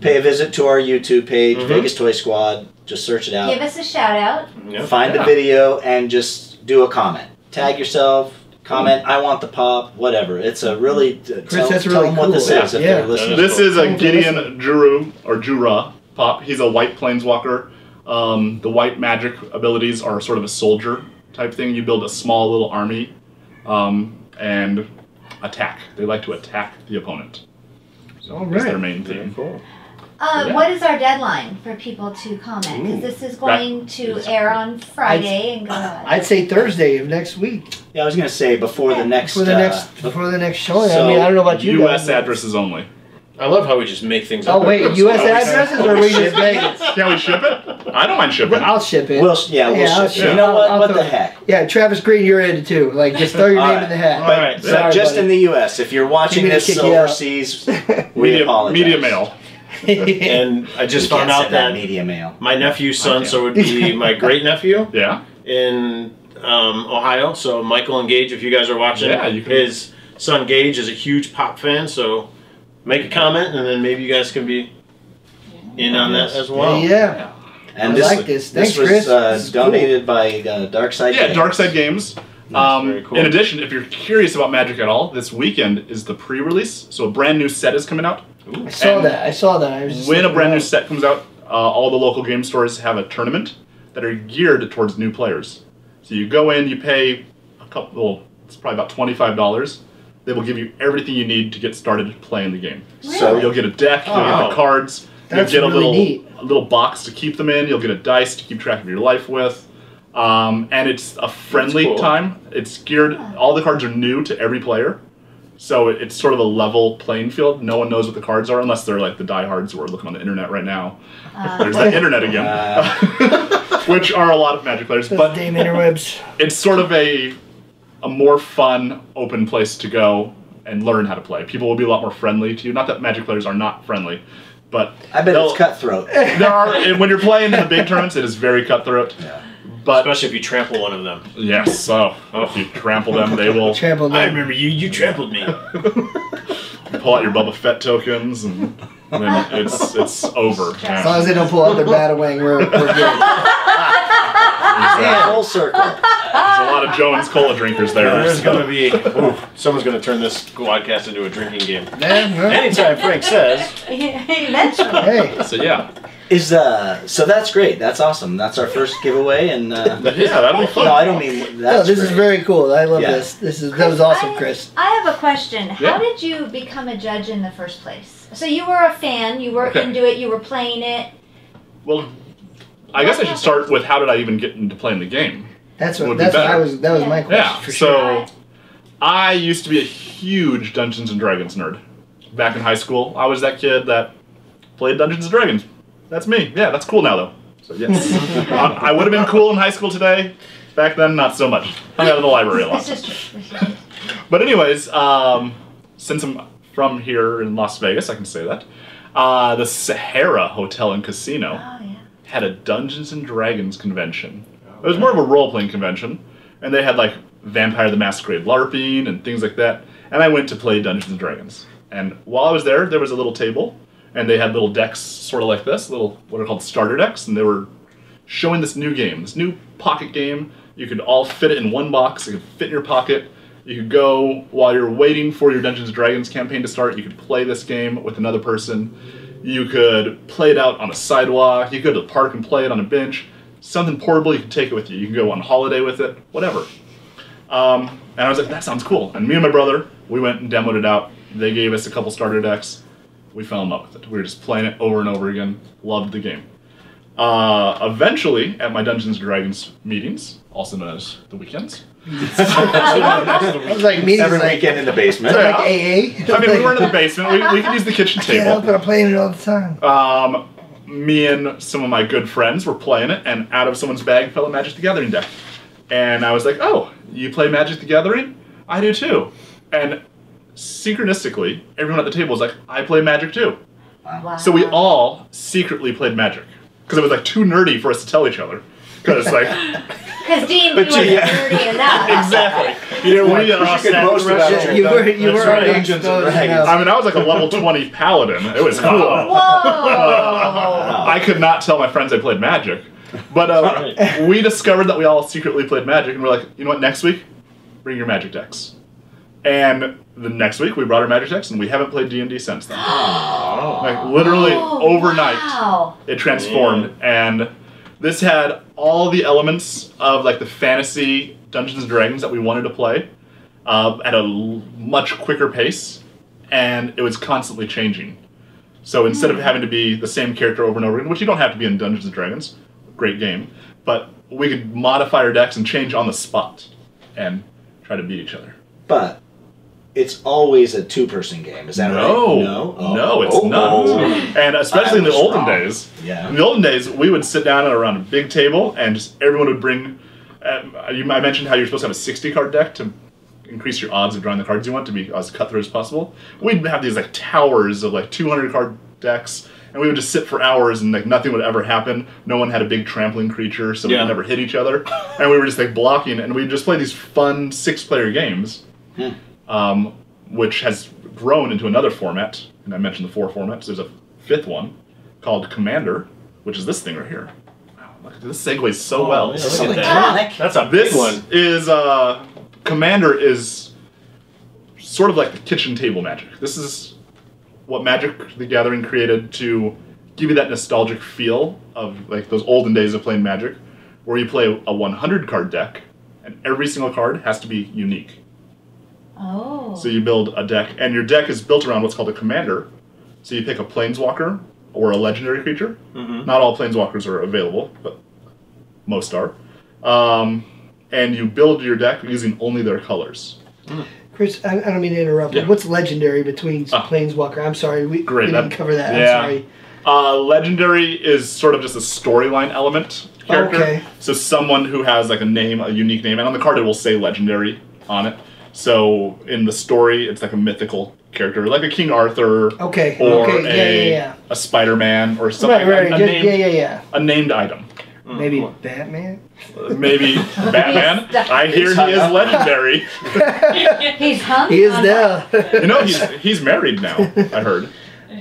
C: pay a visit to our YouTube page,
F: Mm-hmm.
B: Mhm.
C: Vegas Toy Squad. Just search it out.
E: Give us a shout out.
B: Yeah.
C: Find
F: Yeah.
C: the video and just do a comment. Tag yourself. Comment. I want the pop. Whatever. It's a really. Chris, tell,
D: that's
C: tell
D: really
C: them what this
D: cool.
C: is if
D: Yeah.
C: they're listening.
F: This is a
D: Okay.
F: Gideon Juru or Jura pop. He's a white planeswalker. Um, the white magic abilities are sort of a soldier type thing. You build a small little army um, and attack. They like to attack the opponent. So
D: All
F: that's their
D: right.
F: main thing.
B: Cool.
E: Uh,
F: Yeah.
E: What is our deadline for people to comment? Because this is going to
F: is-
E: air on Friday and go out.
D: I'd say Thursday of next week
C: Yeah, I was gonna say before the next.
D: for the
C: uh,
D: next before the next show.
C: so
D: I mean, I don't know about you
F: U.S.
D: guys.
F: addresses only.
B: I love how we just make things up.
D: Oh wait, U.S. addresses or we just Vegas?
F: Can we ship it? I don't mind shipping.
D: I'll ship it.
C: We'll, sh- yeah, we'll
D: Yeah, I'll
C: ship.
D: ship
C: You
D: it.
C: know what?
D: I'll
C: what
D: throw
C: the
D: it.
C: heck?
D: Yeah, Travis Green, you're in it too. Like, just throw your
C: All
D: name
C: right.
D: in the hat.
F: All right.
C: But
D: Sorry,
C: just
D: buddy.
C: in the U.S., if you're watching
D: Didn't mean to
C: this
D: kick you out.
C: overseas, we
F: media,
C: apologize.
F: media mail.
B: And I just
C: Can't
B: found out
C: send that
B: that
C: media mail.
B: my nephew's son,
F: Okay.
B: so it would be my great nephew
F: Yeah.
B: in um, Ohio. So Michael and Gage, if you guys are watching,
F: Yeah, you can-
B: his son Gage is a huge pop fan. So make a comment, and then maybe you guys can be in on that as well.
F: um,
D: yeah.
C: And
D: I
C: this,
D: like this. Thanks,
C: was
D: Chris.
C: Uh,
D: This is cool.
C: donated by uh, Dark Side.
F: Yeah, Dark Side Games.
B: That's
F: Um,
B: very cool.
F: In addition, if you're curious about Magic at all, this weekend is the pre-release, so a brand new set is coming out.
D: I saw
F: And
D: that. I saw that. I was just
F: When a
D: like,
F: brand new
D: wow.
F: set comes out, uh, all the local game stores have a tournament that are geared towards new players. So you go in, you pay a couple, well, it's probably about twenty-five dollars. They will give you everything you need to get started playing the game.
C: So
F: You'll get a deck. You'll get
B: Wow.
F: the cards.
D: Oh. That's
F: you'll get a
D: really
F: little
D: neat.
F: a little box to keep them in. You'll get a dice to keep track of your life with. Um, and it's a friendly
B: That's cool.
F: time. It's geared. All the cards are new to every player, so it- it's sort of a level playing field. No one knows what the cards are unless they're like the diehards who are looking on the internet right now.
D: Uh.
F: There's the internet again,
C: Uh,
F: which are a lot of Magic players.
D: Those
F: But
D: damn interwebs.
F: it's sort of a a more fun, open place to go and learn how to play. People will be a lot more friendly to you. Not that Magic players are not friendly, but
C: I bet
F: they'll-
C: it's cutthroat.
F: there are and when you're playing in the big tournaments, it is very cutthroat. But
B: Especially if you trample one of them.
F: yes, so if you trample them, they will
D: Trample
B: I
D: them.
B: remember you. You trampled me.
F: pull out your Bubba Fett tokens, and then it's it's over.
D: As long
F: Yeah.
D: as they don't pull out their batawang, we're, we're good.
C: Yeah, full circle.
F: There's a lot of Jones cola drinkers there.
B: There's gonna be. ooh, someone's gonna turn this podcast into a drinking game.
D: Yeah,
B: Anytime Frank says.
D: well,
E: Eventually.
D: hey,
F: So yeah,
C: Is uh, so that's great. That's awesome. That's our first giveaway, and uh, no,
F: yeah, that'll be fun.
C: I don't mean
D: no,
C: that's.
D: this is
C: great.
D: very cool. I love
C: Yeah.
D: this. This is that was awesome,
E: I-
D: Chris.
E: I have a question. How
F: Yeah.
E: did you become a judge in the first place? So you were a fan, you were
F: Okay.
E: into it, you were playing it.
F: Well, I guess I should start with how did I even get into playing the game?
D: That's what.
F: Would be
D: That's what
F: better.
D: I was. That was my
E: Yeah.
D: question
F: Yeah.
D: for sure.
F: So I used to be a huge Dungeons and Dragons nerd. Back in high school, I was that kid that played Dungeons and Dragons. That's me. Yeah, that's cool now though. So yes, I, would have been cool in high school today. Back then, not so much. Hung out of the library a lot.
E: This is true. This is true.
F: But anyways, um, since I'm from here in Las Vegas, I can say that uh, the Sahara Hotel and Casino
E: Oh, yeah.
F: had a Dungeons and Dragons convention. It was more of a role playing convention, and they had like Vampire the Masquerade LARPing and things like that. And I went to play Dungeons and Dragons. And while I was there, there was a little table, and they had little decks, sort of like this, little what are called starter decks, and they were showing this new game, this new pocket game. You could all fit it in one box. It could fit in your pocket. You could go while you're waiting for your Dungeons and Dragons campaign to start. You could play this game with another person. You could play it out on a sidewalk. You could go to the park and play it on a bench. Something portable. You can take it with you. You can go on holiday with it. Whatever. Um, and I was like, that sounds cool. And me and my brother, we went and demoed it out. They gave us a couple starter decks. We fell in love with it. We were just playing it over and over again. Loved the game. Uh, eventually, at my Dungeons and Dragons meetings, also known as the weekends.
D: I was like meeting
C: Every
D: like,
C: weekend in the basement.
D: like
F: Yeah.
D: AA.
F: I mean, we weren't in the basement. We, we could use the kitchen
D: Can't help
F: table.
D: it. I'm playing it all the time.
F: Um, me and some of my good friends were playing it, and out of someone's bag fell a Magic the Gathering deck. And I was like, oh, you play Magic the Gathering? I do too. And synchronistically, everyone at the table was like, I play Magic too.
E: Wow. Ah.
F: So we all secretly played Magic. Because it was like too nerdy for us to tell each other. Because like
E: Because Dean
B: But
E: wasn't
B: you- yeah.
E: dirty enough.
B: exactly. You didn't want
F: We,
B: to
F: uh,
B: cross
F: could
B: that
F: boast about
B: threshold.
D: You were
B: That's
D: you were
B: right.
D: already
B: Dungeons and
D: exposed
B: Dragons.
D: enough.
F: I mean, I was like a level twenty paladin. It was cool.
E: Whoa!
F: I could not tell my friends I played Magic. But uh, we discovered that we all secretly played Magic, and we're like, you know what, next week, bring your Magic decks. And the next week, we brought our Magic decks, and we haven't played D&D since then. like, literally,
E: Oh,
F: overnight,
E: Wow.
F: it transformed. And this had all the elements of, like, the fantasy Dungeons & Dragons that we wanted to play um, at a l- much quicker pace, and it was constantly changing. So instead of having to be the same character over and over again, which you don't have to be in Dungeons and Dragons, great game, but we could modify our decks and change on the spot and try to beat each other.
C: But it's always a two-person game. Is that
F: No,
C: right? No, Oh.
F: no, it's
C: Oh.
F: not. And especially in the
C: was wrong.
F: olden days,
C: Yeah.
F: in the olden days, we would sit down around a big table and just everyone would bring. Um, you, I mentioned how you're supposed to have a 60 card deck to increase your odds of drawing the cards you want to be as cutthroat as possible. We'd have these like towers of like 200 card decks, and we would just sit for hours and like nothing would ever happen. No one had a big trampling creature, so
B: Yeah.
F: we never hit each other, and we were just like blocking, and we'd just play these fun six-player games um, which has grown into another format. And I mentioned the four formats. There's a fifth one called Commander, which is this thing right here. Wow, look, this segues so well.
C: Is this
B: Oh, Look at
C: electronic?
B: That's a big
F: This
B: one.
F: is uh, Commander is sort of like the kitchen table magic. This is what Magic the Gathering created to give you that nostalgic feel of like those olden days of playing Magic, where you play a 100 card deck, and every single card has to be unique.
E: Oh.
F: So you build a deck, and your deck is built around what's called a commander. So you pick a planeswalker or a legendary creature.
D: Mm-hmm.
F: Not all planeswalkers are available, but most are. Um, and you build your deck using only their colors.
D: Chris, I, I don't mean to interrupt.
F: Yeah.
D: But what's legendary between
F: Ah.
D: Planeswalker? I'm sorry, we,
F: Great,
D: we
F: that-
D: didn't cover that.
F: yeah.
D: I'm sorry.
F: Uh, legendary is sort of just a storyline element character.
D: Okay.
F: So someone who has like a name, a unique name, and on the card it will say legendary on it. So in the story, it's like a mythical character, like a King Arthur,
D: Okay.
F: or
D: okay.
F: a,
D: yeah, yeah,
F: a Spider Man or
D: yeah.
F: something.
D: Right, right.
F: a, Mm,
D: yeah,
F: named,
D: yeah, yeah, yeah.
F: a named item.
D: Maybe Batman.
F: Maybe Batman.
E: He's stuck.
F: I hear he is legendary.
E: He's hung.
D: He is
E: on-
D: the.
F: you know, he's, he's married now, I heard.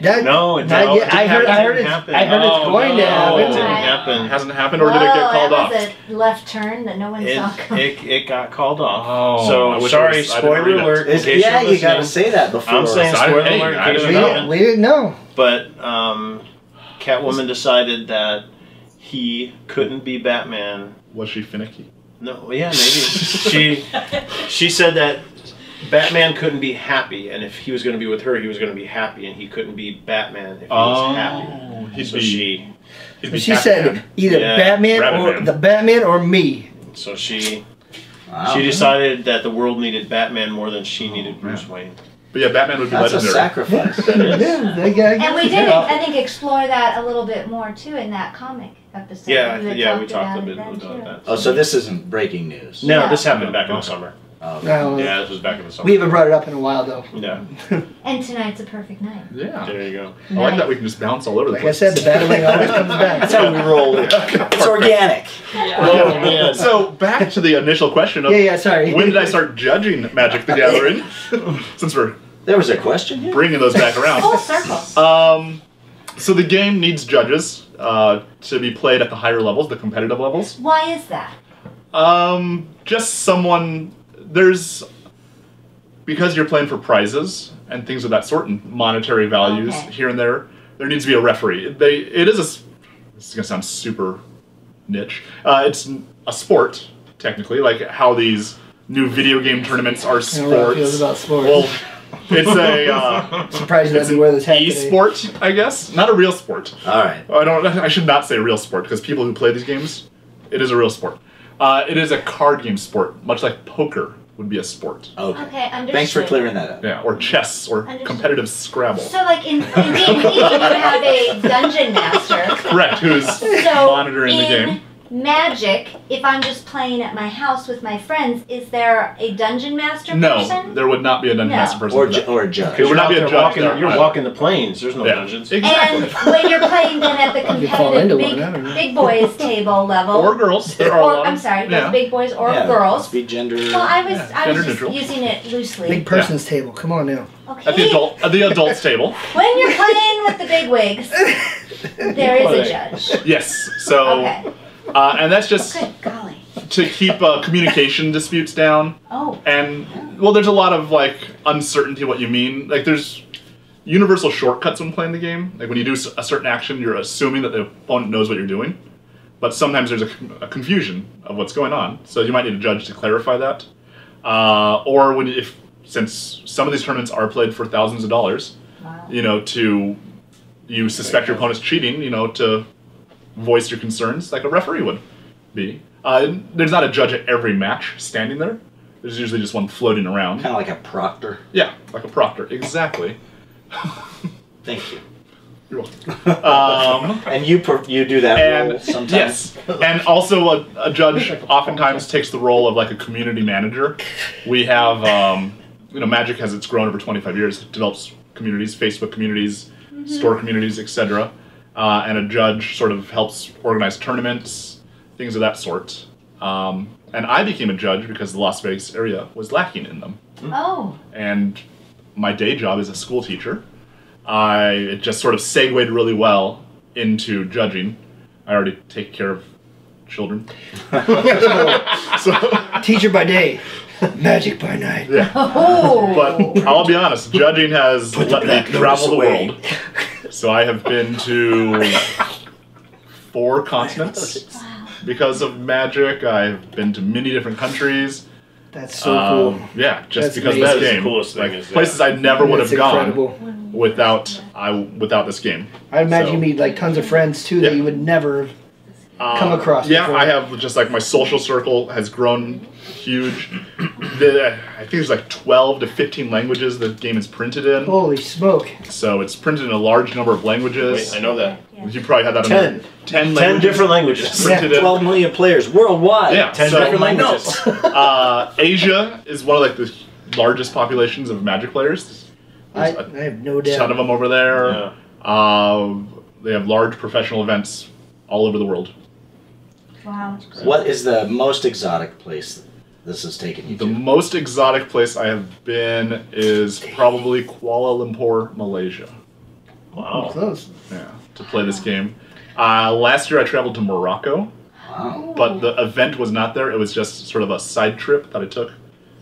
D: that,
B: No, it
D: Not
B: didn't-
D: yet.
B: it didn't
D: I heard-
B: happen.
D: I
B: It
D: heard
B: didn't
D: it's-
B: happen.
D: I heard it's
B: Oh,
D: going to
B: no,
D: happen.
B: It didn't
E: Wow.
F: It
B: happen.
F: hasn't happened, or did it
E: Whoa,
F: get called
E: that
F: off?
E: was a left turn that no one saw
B: It,
E: coming.
B: it, it got called off.
F: Oh, I
B: so
F: wish I
B: sorry,
F: was- I didn't
B: spoiler
F: read it.
B: alert. in
C: It's-
B: case
C: yeah,
B: you're
C: you gotta
B: listening.
C: say that before.
B: I'm saying
F: Sorry,
B: spoiler
F: hey,
B: alert.
F: I
B: in case
D: we,
B: you're not-
F: didn't-
D: didn't, we didn't know.
B: But um, Catwoman decided that he couldn't be Batman.
F: Was she finicky?
B: No, yeah, maybe she she said that Batman couldn't be happy, and if he was going to be with her, he was going to be happy, and he couldn't be Batman if he was happy.
F: Oh, he'd
B: So
F: be,
B: she,
F: he'd be
D: But she
F: Captain
D: said
F: Man.
D: either
B: Yeah,
D: Batman
F: Rabbit
D: or
F: Man.
D: the Batman or me.
B: so she,
C: Wow.
B: she decided that the world needed Batman more than
F: Oh,
B: she needed Bruce Wayne.
F: But yeah, Batman would be
C: That's a
F: legendary.
C: sacrifice.
D: Yeah, they got-
E: And we did,
D: yeah.
E: I think, explore that a little bit more too in that comic episode.
B: Yeah,
E: You had
B: yeah, we talked a
E: it
B: bit
E: then, too.
B: about that.
C: oh, so this isn't breaking news.
B: No,
E: Yeah.
B: this happened back in the
F: Okay.
B: summer.
C: Oh,
D: No,
B: Yeah, this was back in the summer.
D: we haven't brought it up in a while though.
B: yeah,
E: And tonight's a perfect night.
F: Yeah.
B: there you go.
F: I like that we can just bounce all over the
D: Like I
F: place.
D: said, the battling always comes
C: That's
D: back.
C: how we roll. It's organic.
B: Oh man.
F: So back to the initial question of
D: Yeah, yeah. Sorry.
F: when did I start judging Magic the Gathering? Since we're
C: There was a question here.
F: bringing those back around.
E: Full circle.
F: Um, so the game needs judges uh, to be played at the higher levels, the competitive levels.
E: Why is that?
F: Um, just someone there's because you're playing for prizes and things of that sort and monetary values
E: Okay.
F: here and there. There needs to be a referee. They it is a s- this is gonna sound super niche. Uh, it's n- a sport technically, like how these new video game tournaments are
D: I don't know how it
F: sports.
D: feels about sports.
F: Well, it's a uh,
D: Surprised you
F: it's
D: doesn't wear this hat.
F: an
D: today.
F: e-sport, I guess. Not a real sport.
C: All right.
F: I don't. I should not say real sport because people who play these games, it is a real sport. Uh, it is a card game sport, much like poker would be a sport.
C: Okay.
E: Okay, understood.
C: Thanks for clearing that up.
F: Oh. Yeah, or chess, or
E: Understood.
F: competitive Scrabble.
E: So, like in, in D&D, you have a dungeon master.
F: Correct. Who's
E: So
F: monitoring the
E: in
F: game?
E: magic if I'm just playing at my house with my friends? Is there a dungeon master
F: No,
E: person?
F: there would not be a dungeon
E: No.
F: master person.
C: or
F: for
C: ju-
F: that.
C: or a judge.
F: It would
B: you're
F: not
B: out
F: be a
B: there
F: judge
B: walking-
F: there.
B: You're walking the planes. There's no
F: Yeah.
B: dungeons.
F: Exactly.
E: And when you're playing then at the
D: You fall into one,
E: competitive big,
D: I don't know.
E: big boys table level,
F: or girls. There are a
E: or-
F: lot of-
E: I'm sorry, both
F: Yeah.
E: big boys or
C: Yeah,
E: girls.
C: Be gender.
E: Well, I was
F: Yeah,
E: I was
F: gender
E: just
F: neutral.
E: using it loosely.
D: Big person's table. Come on now.
E: okay.
F: At the adult at the adults table.
E: When you're playing with the big wigs, there is a judge.
F: Yes. So
E: Okay.
F: uh, and that's just
E: Good golly.
F: to keep uh, communication disputes down.
E: Oh.
F: And well, there's a lot of like uncertainty what you mean. Like there's universal shortcuts when playing the game. Like when you do s- a certain action, you're assuming that the opponent knows what you're doing. But sometimes there's a, con- a confusion of what's going on, so you might need a judge to clarify that. Uh, or when if since some of these tournaments are played for thousands of dollars,
E: Wow.
F: you know, to you suspect your opponent's cheating, you know, to voice your concerns like a referee would be. Uh, there's not a judge at every match standing there. There's usually just one floating around.
C: kind of like a proctor.
F: Yeah, like a proctor. Exactly.
C: Thank you.
F: You're welcome. Um,
C: And you per- you do that role
F: and
C: sometimes.
F: yes, and also a, a judge oftentimes takes the role of like a community manager. We have, um, you know, Magic has it's grown over 25 years. It develops communities, Facebook communities, store communities, etc. Uh, and a judge sort of helps organize tournaments, things of that sort. Um, and I became a judge because the Las Vegas area was lacking in them.
E: Oh.
F: and my day job is a school teacher. I it just sort of segued really well into judging. I already take care of children. so,
D: Teacher by day, magic by night.
F: yeah.
E: Oh.
F: But I'll be honest, judging has
C: the
F: let
C: Black
F: me
C: Lotus
F: travel the
C: away.
F: world. So I have been to four continents because of magic. I've been to many different countries.
D: That's so
F: Um,
D: cool.
F: yeah, just
D: That's
F: because
D: amazing. That
F: of this
D: is
B: the
F: game.
B: coolest thing
F: like,
B: is that.
F: places I never would
D: That's
F: have gone
D: incredible.
F: without I without this game.
D: I imagine
F: So-
D: you meet like tons of friends too
F: Yeah.
D: that you would never.
F: Uh,
D: Come across
F: Yeah,
D: before.
F: I have just like my social circle has grown huge. the, I think there's like 12 to 15 languages the game is printed in.
D: Holy smoke!
F: So it's printed in a large number of languages.
B: Wait, I know that.
F: You probably had that in
B: Ten.
F: there. 10
B: Ten
F: languages
B: different languages.
D: Yeah.
F: printed in.
C: Twelve million players worldwide.
F: Yeah,
B: Ten
F: so-
B: different
C: My
B: languages.
C: notes.
F: uh, Asia is one of like the largest populations of magic players.
D: I,
F: There's a
D: I have no
F: ton of
D: doubt.
F: them over there.
B: Yeah.
F: Uh, they have large professional events all over the world.
E: Wow.
C: What is the most exotic place this has taken you
F: The
C: to?
F: most exotic place I have been is probably Kuala Lumpur, Malaysia.
B: Wow.
D: Close.
F: Yeah, to play this game. Uh, last year I traveled to Morocco,
C: Wow.
F: but the event was not there. It was just sort of a side trip that I took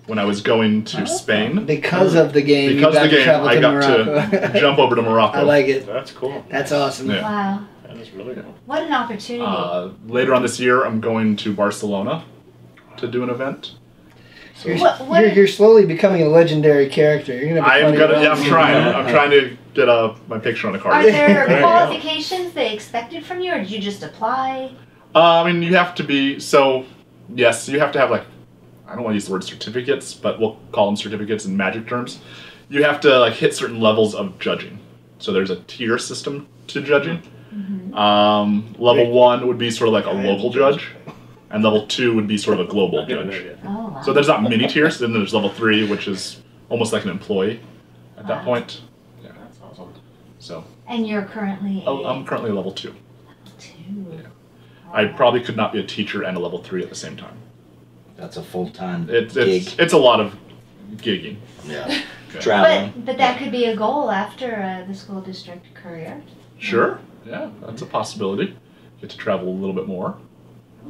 F: when I was going
E: Oh,
F: to Spain.
D: Because of the game,
F: Because
D: you got
F: of the
D: to
F: game,
D: travel
F: I
D: to
F: got
D: Morocco.
F: to jump over to Morocco.
D: I like it.
B: That's cool.
D: That's awesome.
F: Yeah.
E: Wow.
B: That is really cool.
E: What an opportunity.
F: Uh, later on this year, I'm going to Barcelona to do an event.
D: You're,
E: What- what-
D: you're, you're slowly becoming a legendary character. You're gonna. Be
F: I am
D: funny
F: gonna.
D: about
F: Yeah, I'm
D: it.
F: trying. I'm trying to get uh, my picture on a
E: Are
F: card.
E: there
B: There you go.
E: qualifications they expected from you, or did you just apply?
F: Uh, I mean, you have to be so. Yes, you have to have like. I don't want to use the word certificates, but we'll call them certificates in magic terms. You have to like hit certain levels of judging. So there's a tier system to judging. Um, level one would be sort of like a local judge, and level two would be sort of a global judge.
E: Oh, wow.
F: So there's not many tiers. Then there's level three, which is almost like an employee at that point. Yeah, that's awesome. So
E: and you're currently
F: oh, I'm currently level two.
E: two.
F: I probably could not be a teacher and a level three at the same time.
C: That's a full time
F: It's
C: gig.
F: it's, it's a lot of gigging.
C: yeah.
F: Okay.
C: Traveling.
E: But but that could be a goal after uh, the school district career.
F: Sure. Yeah, that's a possibility. Get to travel a little bit more.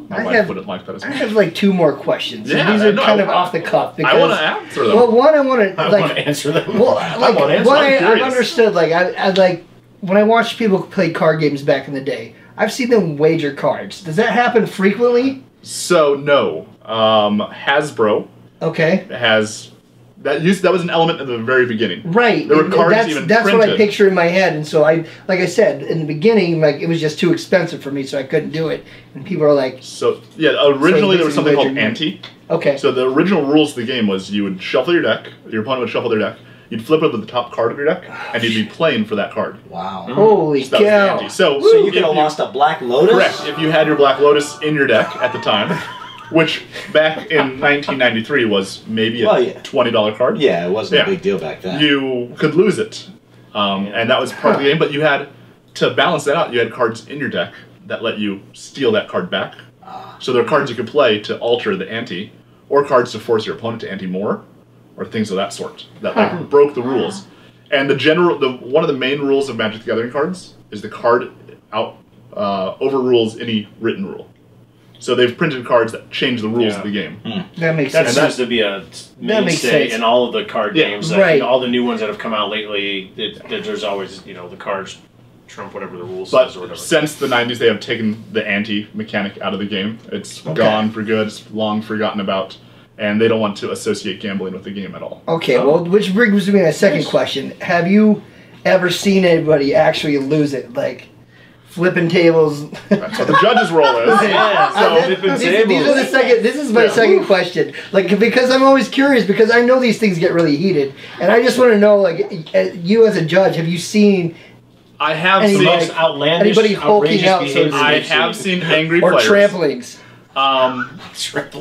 F: My
D: I
F: wife
D: have-
F: wouldn't like that as
D: I
F: much.
D: have like two more questions.
F: Yeah,
D: and these are
F: no,
D: kind
F: I-
D: of off the cuff because.
F: I want to answer them.
D: well, one, I want to
B: I
D: like
B: want to answer them.
D: Well, like,
B: I want answers.
D: what
F: I'm
D: I, I've
F: curious.
D: understood, like, I, I like when I watched people play card games back in the day. I've seen them wager cards. Does that happen frequently?
F: so no, um, Hasbro
D: Okay,
F: has that used that was an element at the very beginning.
D: right.
F: There were
D: and
F: cards
D: that's
F: even
D: that's what I
F: printed.
D: picture in my head, and so I, like I said in the beginning, like it was just too expensive for me, so I couldn't do it. And people are like,
F: So yeah, originally there was
D: basically
F: something called
D: wagered money.
F: anti.
D: okay,
F: So the original rules of the game was you would shuffle your deck, your opponent would shuffle their deck, You'd flip over the top card of your deck, and you'd be playing for that card.
C: Wow.
D: Holy
F: So that was the
D: cow.
F: ante. So,
C: So you
F: Mm-hmm. if
C: could have lost a Black Lotus?
F: Correct. If you had your Black Lotus in your deck at the time, which back in 1993 was maybe a
C: Well, yeah.
F: $20 card,
C: Yeah, it wasn't
F: Yeah.
C: a big deal back then.
F: you could lose it. Um, and that was part of the game, but you had to balance that out. You had cards in your deck that let you steal that card back. So there are cards you could play to alter the ante, or cards to force your opponent to ante more, or things of that sort that
D: Huh.
F: like broke the rules. And the general, the one of the main rules of Magic: The Gathering cards is the card out uh, overrules any written rule. So they've printed cards that change the rules
B: Yeah.
F: of the game.
D: That makes
B: That
D: sense.
B: seems to be a
D: makes
B: mainstay
D: sense.
B: in all of the card
F: Yeah.
B: games. That,
D: Right.
B: All the new ones that have come out lately, it, that there's always, you know, the cards trump whatever the rules
F: But
B: says or whatever.
F: since the 90s, they have taken the anti mechanic out of the game. It's gone for good. It's long forgotten about, and they don't want to associate gambling with the game at all.
D: Okay, well, which brings me to my second question. Have you ever seen anybody actually lose it? Like, flipping tables?
F: That's what the judges' role is.
B: yeah,
D: I-
B: so
D: these,
B: flipping
D: these
B: tables.
D: are the second. This is my
F: Yeah.
D: second question. Like because I'm always curious because I know these things get really heated, and I just want to know like uh, you as a judge, have you seen
F: I have
B: the
D: Anybody-
F: seen,
B: most outlandish,
D: anybody hulking
B: outrageous
D: out, so to
B: behaviors
D: speak.
F: I
B: we've
F: have seen angry
D: or
F: players.
D: tramplings?
F: Um,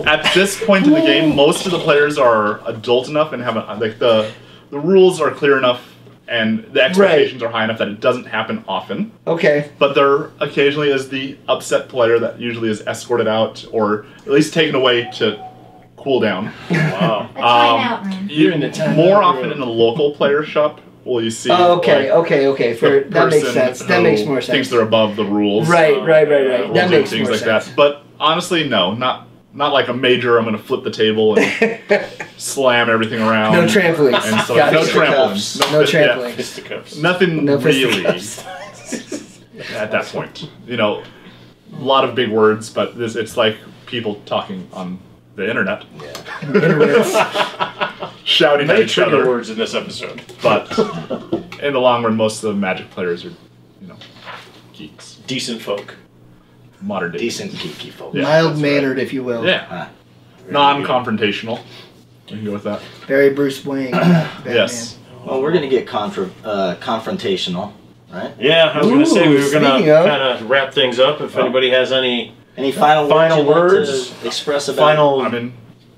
F: at this point in the game, most of the players are adult enough and have a, like the the rules are clear enough and the expectations are high enough that it doesn't happen often.
D: Okay,
F: But there occasionally is the upset player that usually is escorted out or at least taken away to cool down.
B: Wow.
E: A timeout
F: Um,
E: room.
B: You're in the timeout
F: More
B: room.
F: often in the local player shop will you see.
D: oh, okay,
F: like,
D: okay, okay.
F: the
D: For that makes
F: person
D: sense. That
F: who
D: makes more
F: Thinks
D: sense.
F: they're above the rules.
D: Right, right, right,
B: Yeah,
D: right.
F: Will
D: That
F: do
D: makes
F: things
D: more
F: like
D: sense.
F: that. But honestly, no, not not like a major. I'm going to flip the table and slam everything around.
D: No tramplings.
F: Um, And so,
D: Got
F: no
D: it.
F: tramplings.
D: No
F: fist- yeah.
D: tramplings.
B: Fisticuffs.
F: Nothing
D: No
F: really
D: fisticuffs.
F: at that point. You know, a lot of big words, but this it's like people talking on the internet, shouting at
B: Many
F: each
B: trigger
F: other.
B: words in this episode.
F: But in the long run, most of the Magic players are, you know, geeks,
B: Decent folk.
F: modern day,
C: Decent geeky folk.
F: Yeah,
D: Mild
F: that's
D: mannered, if you will.
F: yeah,
C: Huh.
F: non-confrontational. We can go with that.
D: Very Bruce Wayne. Batman.
F: Yes.
C: Well, we're going to get contra- uh, confrontational, right?
B: Yeah, I was going
D: Ooh,
B: to say we were going to
D: speaking of- Oh.
B: kind of wrap things up. If anybody has any
C: Any final,
B: Final
C: words, you'd like
B: words?
C: to express about
B: final.
F: I mean,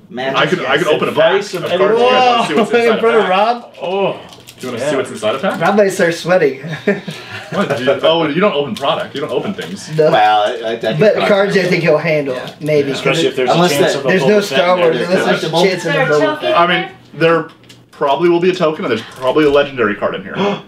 C: magic?
F: I could I could open a
B: Advice
F: box of
B: of
F: cards. Do you guys
D: Whoa!
F: wanna see what's inside
D: Oh, In
F: a
D: front of
F: pack?
D: Rob,
B: oh,
F: Do you want to
B: Yeah.
F: see what's inside a pack?
D: Rob might start sweating.
F: What, do you- Oh, you don't open product. You don't open things.
D: No.
C: Well, I, I, I think
D: But cards, I think he'll handle maybe. 'cause
B: especially if there's
C: Unless
B: a chance
C: that-
B: of a
D: there's no
B: bullet
D: Star
B: that-
D: Wars
C: they're
D: unless there's a
C: collectible.
D: chance in
E: There
D: a
E: are
D: bullet.
E: tokens
F: I
E: there?
F: mean, there probably will be a token, and there's probably a legendary card in here.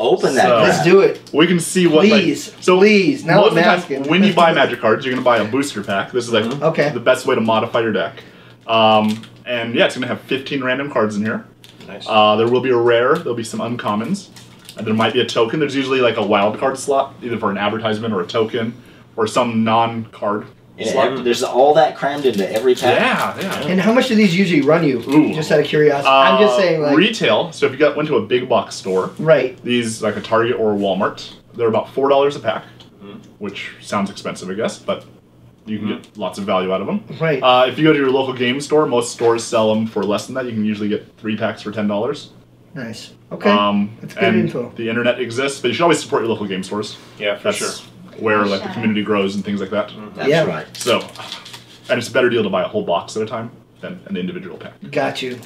C: open that.
F: So-
C: crap.
D: Let's do it.
F: We can see what.
D: Please,
F: like, so
D: please, now
F: most
D: I'm
F: of the time,
D: asking. Mm-hmm.
F: when you buy magic cards, you're gonna buy a booster pack. This is like
D: Okay.
F: the best way to modify your deck. Um, and yeah, it's gonna have 15 random cards in here.
B: Nice.
F: Uh, there will be a rare. There'll be some uncommons. And there might be a token. There's usually like a wild card slot, either for an advertisement or a token or some non-card.
C: And ev- there's all that crammed into every pack.
F: Yeah, yeah.
D: And how much do these usually run you?
F: Ooh.
D: Just out of curiosity. I'm just
F: Uh,
D: saying, like,
F: retail. So if you got went to a big box store,
D: right.
F: these like a Target or a Walmart. They're about four dollars a pack, which sounds expensive, I guess, but you can get lots of value out of them.
D: Right.
F: Uh, if you go to your local game store, most stores sell them for less than that. You can usually get three packs for ten dollars.
D: nice. Okay.
F: Um,
D: That's good
F: and
D: info.
F: The internet exists, but you should always support your local game stores.
B: Yeah, for
F: That's
B: sure.
F: where like the
E: Sure.
F: community grows and things like that.
C: That's
D: Yeah.
C: right.
F: So, and it's a better deal to buy a whole box at a time than an individual pack.
D: Got you.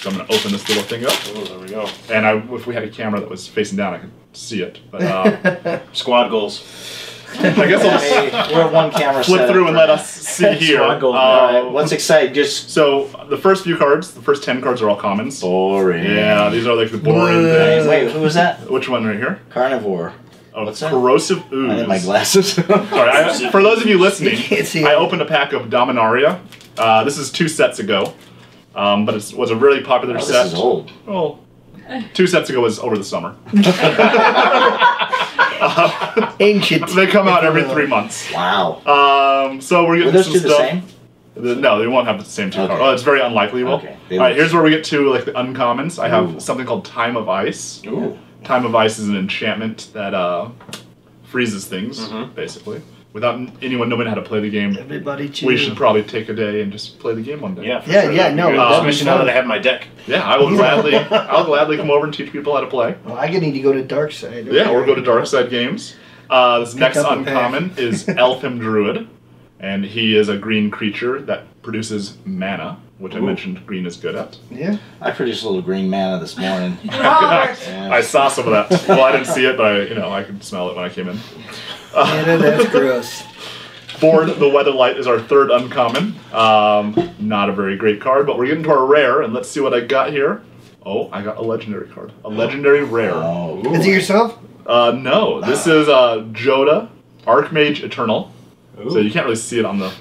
F: So I'm gonna open this little thing up,
B: Oh, there we go.
F: and I, if we had a camera that was facing down, I could see it. But uh,
B: Squad goals.
F: I guess I'll just
C: Hey, we're one camera
F: flip
C: setup
F: through and
C: for
F: let
C: now.
F: us see here.
B: Squad goal.
F: Uh,
C: All right, what's exciting? Just
F: so the first few cards, the first ten cards are all commons.
C: boring.
F: Yeah, these are like the boring
D: Whoa.
F: things.
C: Wait, who was that?
F: Which one right here?
C: Carnivore.
F: Oh,
C: What's that?
F: corrosive ooze.
C: I had my glasses.
F: Sorry, I, for those of you listening,
D: You can't see
F: I
D: it.
F: opened a pack of Dominaria. Uh, this is two sets ago, um, but it was a really popular
C: Oh,
F: set.
C: this is old.
F: Well, two sets ago was over the summer.
D: Ancient.
F: They come out
D: if
F: every
D: you will.
F: three months.
C: Wow.
F: Um, so we're
C: Were
F: getting
C: those
F: some
C: two the
F: stuff.
C: same?
F: The- no, they won't have the same two
C: Okay.
F: cards. Oh, it's very unlikely. Well,
C: Okay. They
F: all right.
C: will-
F: Here's where we get to like the uncommons. I have
C: Ooh.
F: something called Time of Ice.
B: Ooh.
F: Time of Ice is an enchantment that uh, freezes things, basically. without n- anyone knowing how to play the game.
D: Everybody cheer.
F: We should probably take a day and just play the game one day.
B: Yeah, for
D: Yeah,
B: sure,
D: yeah,
B: that'd be
D: no,
B: good.
F: that'd be
B: Especially now
D: fun.
B: that I have my deck.
F: Yeah, I will gladly. I'll gladly come over and teach people how to play.
D: Well, I could need to go to Dark Side.
F: Yeah, or go to Dark Side Games. Uh, this next
D: up a pack.
F: uncommon is Elfim Druid, and he is a green creature that produces mana, which I
B: Ooh.
F: mentioned green is good at.
D: Yeah.
C: I produced a little green mana this morning.
E: We're all worse.
C: Yeah.
F: I saw some of that. Well, I didn't see it, but I, you know, I could smell it when I came in.
D: Yeah, that's gross.
F: Board the Weatherlight is our third uncommon. Um, not a very great card, but we're getting to our rare, and let's see what I got here. Oh, I got a legendary card. A legendary rare.
C: Oh,
D: Is it yourself?
F: Uh, no, this is uh, Joda, Archmage Eternal. So you can't really see it on the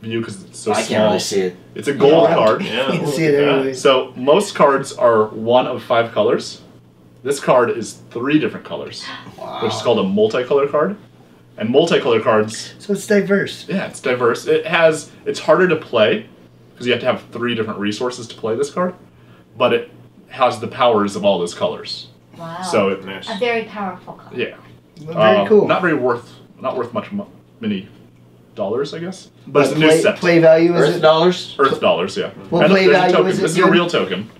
F: view because it's so
C: I
F: small.
C: can't really see it.
F: It's a gold
D: Yeah.
F: card.
D: You can
B: Yeah.
D: see it
B: Yeah.
D: anyway.
F: So most cards are one of five colors. This card is three different colors, which is called a multicolor card. And multicolor cards,
D: So it's diverse.
F: yeah, it's diverse. It has it's harder to play because you have to have three different resources to play this card, but it has the powers of all those colors.
E: Wow.
F: So it,
B: Nice.
E: a very powerful color.
F: yeah,
D: Very
F: Um,
D: cool.
F: Not very worth, not worth much mo- many dollars, I guess. But, it's a new
D: play,
F: set.
D: play value is
C: Earth
D: it?
C: dollars?
F: Earth dollars, yeah.
D: Well,
F: And
D: play
F: there's a
D: value,
F: token.
D: is it
F: this is a
D: good?
F: real token,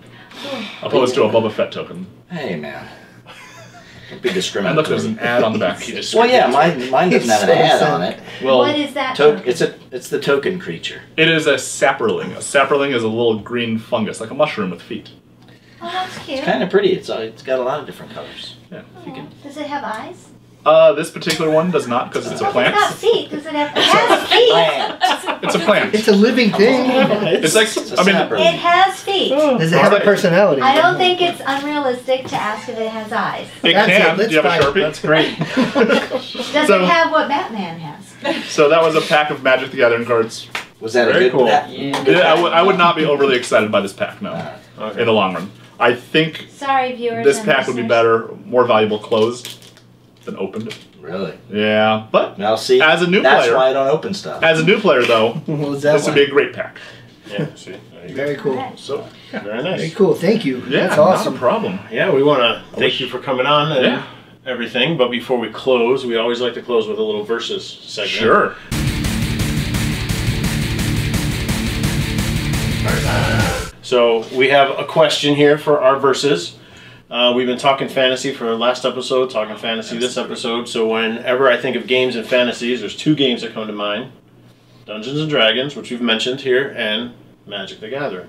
F: opposed to a Boba Fett token.
C: Hey, man. Don't be
F: And look, there's
C: discriminatory.
F: an ad on the back.
B: You just-
C: Well, yeah, mine, mine doesn't have an
D: It's so
C: ad
D: sad.
C: on it.
E: what
F: Well,
E: is that?
C: To- it's a, it's the token creature.
F: it is a sapperling. A sapperling is a little green fungus, like a mushroom with feet.
E: oh, that's cute.
C: It's kind of pretty. It's uh, it's got a lot of different colors.
E: Aw. Does it have eyes?
F: Uh, this particular one does not because it's a
E: Does it have
F: plant.
E: feet? Does it have? It has feet.
F: It's a plant.
D: It's a living thing.
F: It's like
C: It's a
F: I mean,
C: sapper.
E: It has feet.
B: Oh.
D: Does it have a
F: Alright.
D: personality?
E: I don't think it's unrealistic to ask if it has eyes.
F: it
D: That's it.
F: can. Do
D: Let's
F: you have a
D: buy it.
F: sharpie?
A: That's great.
E: Does
F: So-
E: it have what Batman has?
F: So that was a pack of Magic the Gathering cards.
C: Was that a
B: Very
C: good
B: cool.
C: that-
F: Yeah, I, w- I would not be overly excited by this pack, no.
B: Okay.
F: in the long run. I think
E: Sorry, viewers.
F: this
E: and
F: pack would be
E: listeners.
F: better, more valuable closed than opened.
C: Really?
F: Yeah, but
C: Now see,
F: As a new
C: that's
F: player-
C: why I don't open stuff.
F: as a new player though,
D: What was that
F: this would
D: one?
F: be a great pack.
B: Yeah, see, there you go.
D: Very cool.
E: Okay.
F: So
B: Very
D: Very
B: nice.
D: cool. Thank you.
F: yeah,
D: That's awesome.
F: not a problem.
B: Yeah, we want to thank you for coming on and
F: Yeah.
B: everything. But before we close, we always like to close with a little versus segment.
F: Sure.
B: So we have a question here for our verses. Uh, we've been talking fantasy for last episode, talking fantasy this episode. So whenever I think of games and fantasies, there's two games that come to mind: Dungeons and Dragons, which we've mentioned here, and Magic: The Gathering.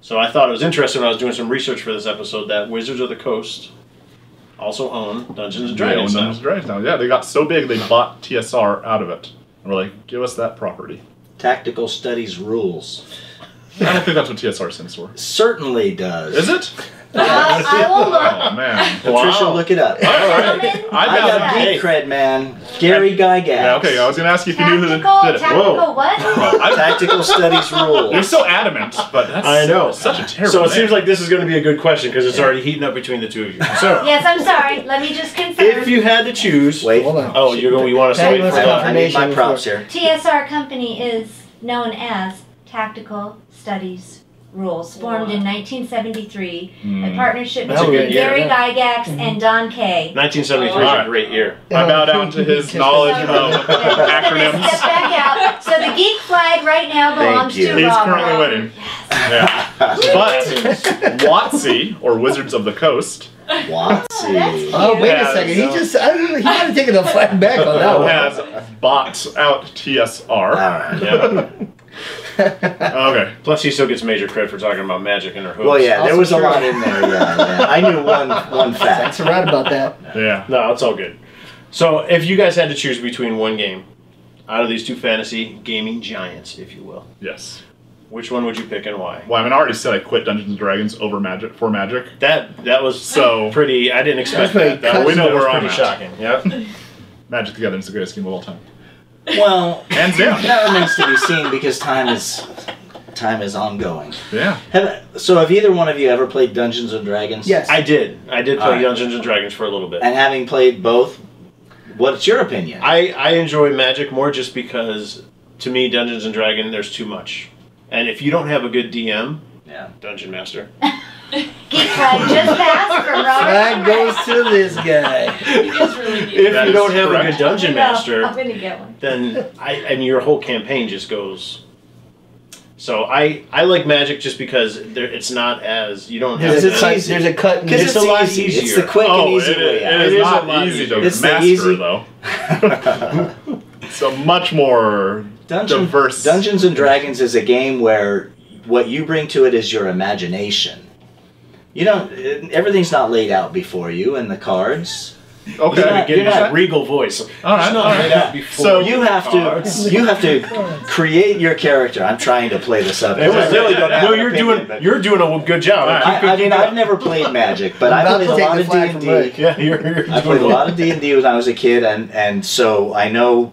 B: So I thought it was interesting when I was doing some research for this episode that Wizards of the Coast also own Dungeons and
F: They own
B: Dragons. now.
F: Dungeons and Dragons now. Yeah, they got so big they bought TSR out of it. And we're like, give us that property.
C: Tactical studies rules
F: I don't think that's what TSR stands for.
C: certainly does.
F: Is it?
E: Uh, I will look.
F: Oh man.
C: Patricia,
B: Wow.
C: look it up.
F: All right.
E: Gentlemen,
F: I
C: I got
E: Yeah.
C: geek cred, man. Gary Gygax.
F: Yeah, okay, I was gonna ask you if you knew who
E: Tactical,
F: did it.
E: tactical what?
F: I,
C: Tactical studies
F: you're
C: rules.
F: so adamant, but that's
B: I know.
F: such a terrible
B: So it
F: name.
B: seems like this is going to be a good question because it's already heating up between the two of you. So
E: Yes, I'm sorry. Let me just confirm.
B: if you had to choose,
C: Wait,
D: Hold on.
B: Oh, you're going. You want us to
D: Patty
B: wait for
D: wants
B: that?
C: I need my
D: Confirmation
C: props here.
E: TSR company is known as Tactical Studies Rules, formed in 1973,
F: Hmm.
E: a partnership
D: That's a
E: between
D: good
B: year,
E: Gary
D: yeah.
E: Gygax and Don Kay.
B: 1973
F: All
B: is
F: right.
B: a great year.
F: I bow down to his knowledge
E: So,
F: of
E: we're gonna Step
F: acronyms.
E: back out. So the geek flag right now
C: Thank
E: belongs to
C: you.
F: He's
E: Robert.
F: currently winning. Yeah. But
D: Uh,
F: Watsy, or Wizards of the Coast,
C: Watsy.
D: Oh, wait
F: Yeah,
D: a second.
F: so-
D: He just, I don't know, he might have taken the flag back on that one.
F: has bought out
B: Ah.
F: TSR.
C: Alright.
B: Yeah.
F: Okay.
B: Plus, he still gets major credit for talking about magic in her hooves.
C: Well, yeah, there
D: Also
C: was a
D: true.
C: lot in there. Yeah, yeah. I knew one one
D: That's
C: fact.
D: right about that.
F: Yeah.
B: No, it's all good. So, if you guys had to choose between one game out of these two fantasy gaming giants, if you will,
F: Yes.
B: which one would you pick and why?
F: Well, I mean, I already said I quit Dungeons and Dragons over Magic for Magic.
B: That that was
F: So-
B: pretty. I didn't expect
D: That's pretty
B: that. That
D: cut-
B: was,
D: We
F: know
B: that was
F: where I'm
B: pretty
F: at.
B: shocking. Yeah.
F: Magic the Gathering is the greatest game of all time.
C: Well,
F: Hands down.
C: that remains to be seen because time is time is ongoing.
F: Yeah.
C: Have, so, have either one of you ever played Dungeons and Dragons?
D: Yes.
B: I did. I did
C: All
B: play
C: right.
B: Dungeons and Dragons for a little bit.
C: And having played both, what's your opinion?
B: I, I enjoy Magic more just because to me Dungeons and Dragons there's too much, and if you don't have a good DM,
C: yeah.
B: Dungeon Master,
E: Geek Flag just passed from Robert.
D: Flag goes to this guy.
G: You guys really need
B: If
F: That
B: you
F: is
B: don't have a
F: correct.
B: good dungeon
E: Well,
B: master,
E: I'm gonna get one.
B: then I, I mean your whole campaign just goes. So I I like magic just because there, it's not as you don't have.
D: There's
C: Is it
D: a
B: that-
D: cut,
C: easy?
D: there's a cut. and-
B: It's
C: Because
B: a lot
C: It's
B: easier.
C: the quick and
F: oh,
C: easy
F: it,
C: way out.
F: it is,
B: It is a
F: not
B: lot
F: easy to
B: easier.
C: It's the
F: master,
C: easy-
F: though. it's a much more
C: Dungeon,
F: diverse.
C: Dungeons and Dragons is a game where what you bring to it is your imagination. You don't. Everything's not laid out before you in the cards.
F: Okay.
C: You're not-
B: Getting
C: you're
B: his
C: not-
B: regal voice.
F: all right.
B: It's
F: All
B: not laid
F: right.
B: out before.
F: So-
C: You have to. You have to create your character. I'm trying to play this up.
B: It was really good.
C: have
B: No,
C: an
B: you're
C: opinion,
B: doing
C: but-
B: you're doing a good job.
C: I, I mean, I've never played Magic, but
D: I'm
C: I played
D: about to
C: a
D: take
C: lot
D: the
C: of D
D: flag from
C: and D.
D: Rick.
B: yeah, you're. you're
C: I played a
B: doing
C: lot of D and D when I was a kid, and and so I know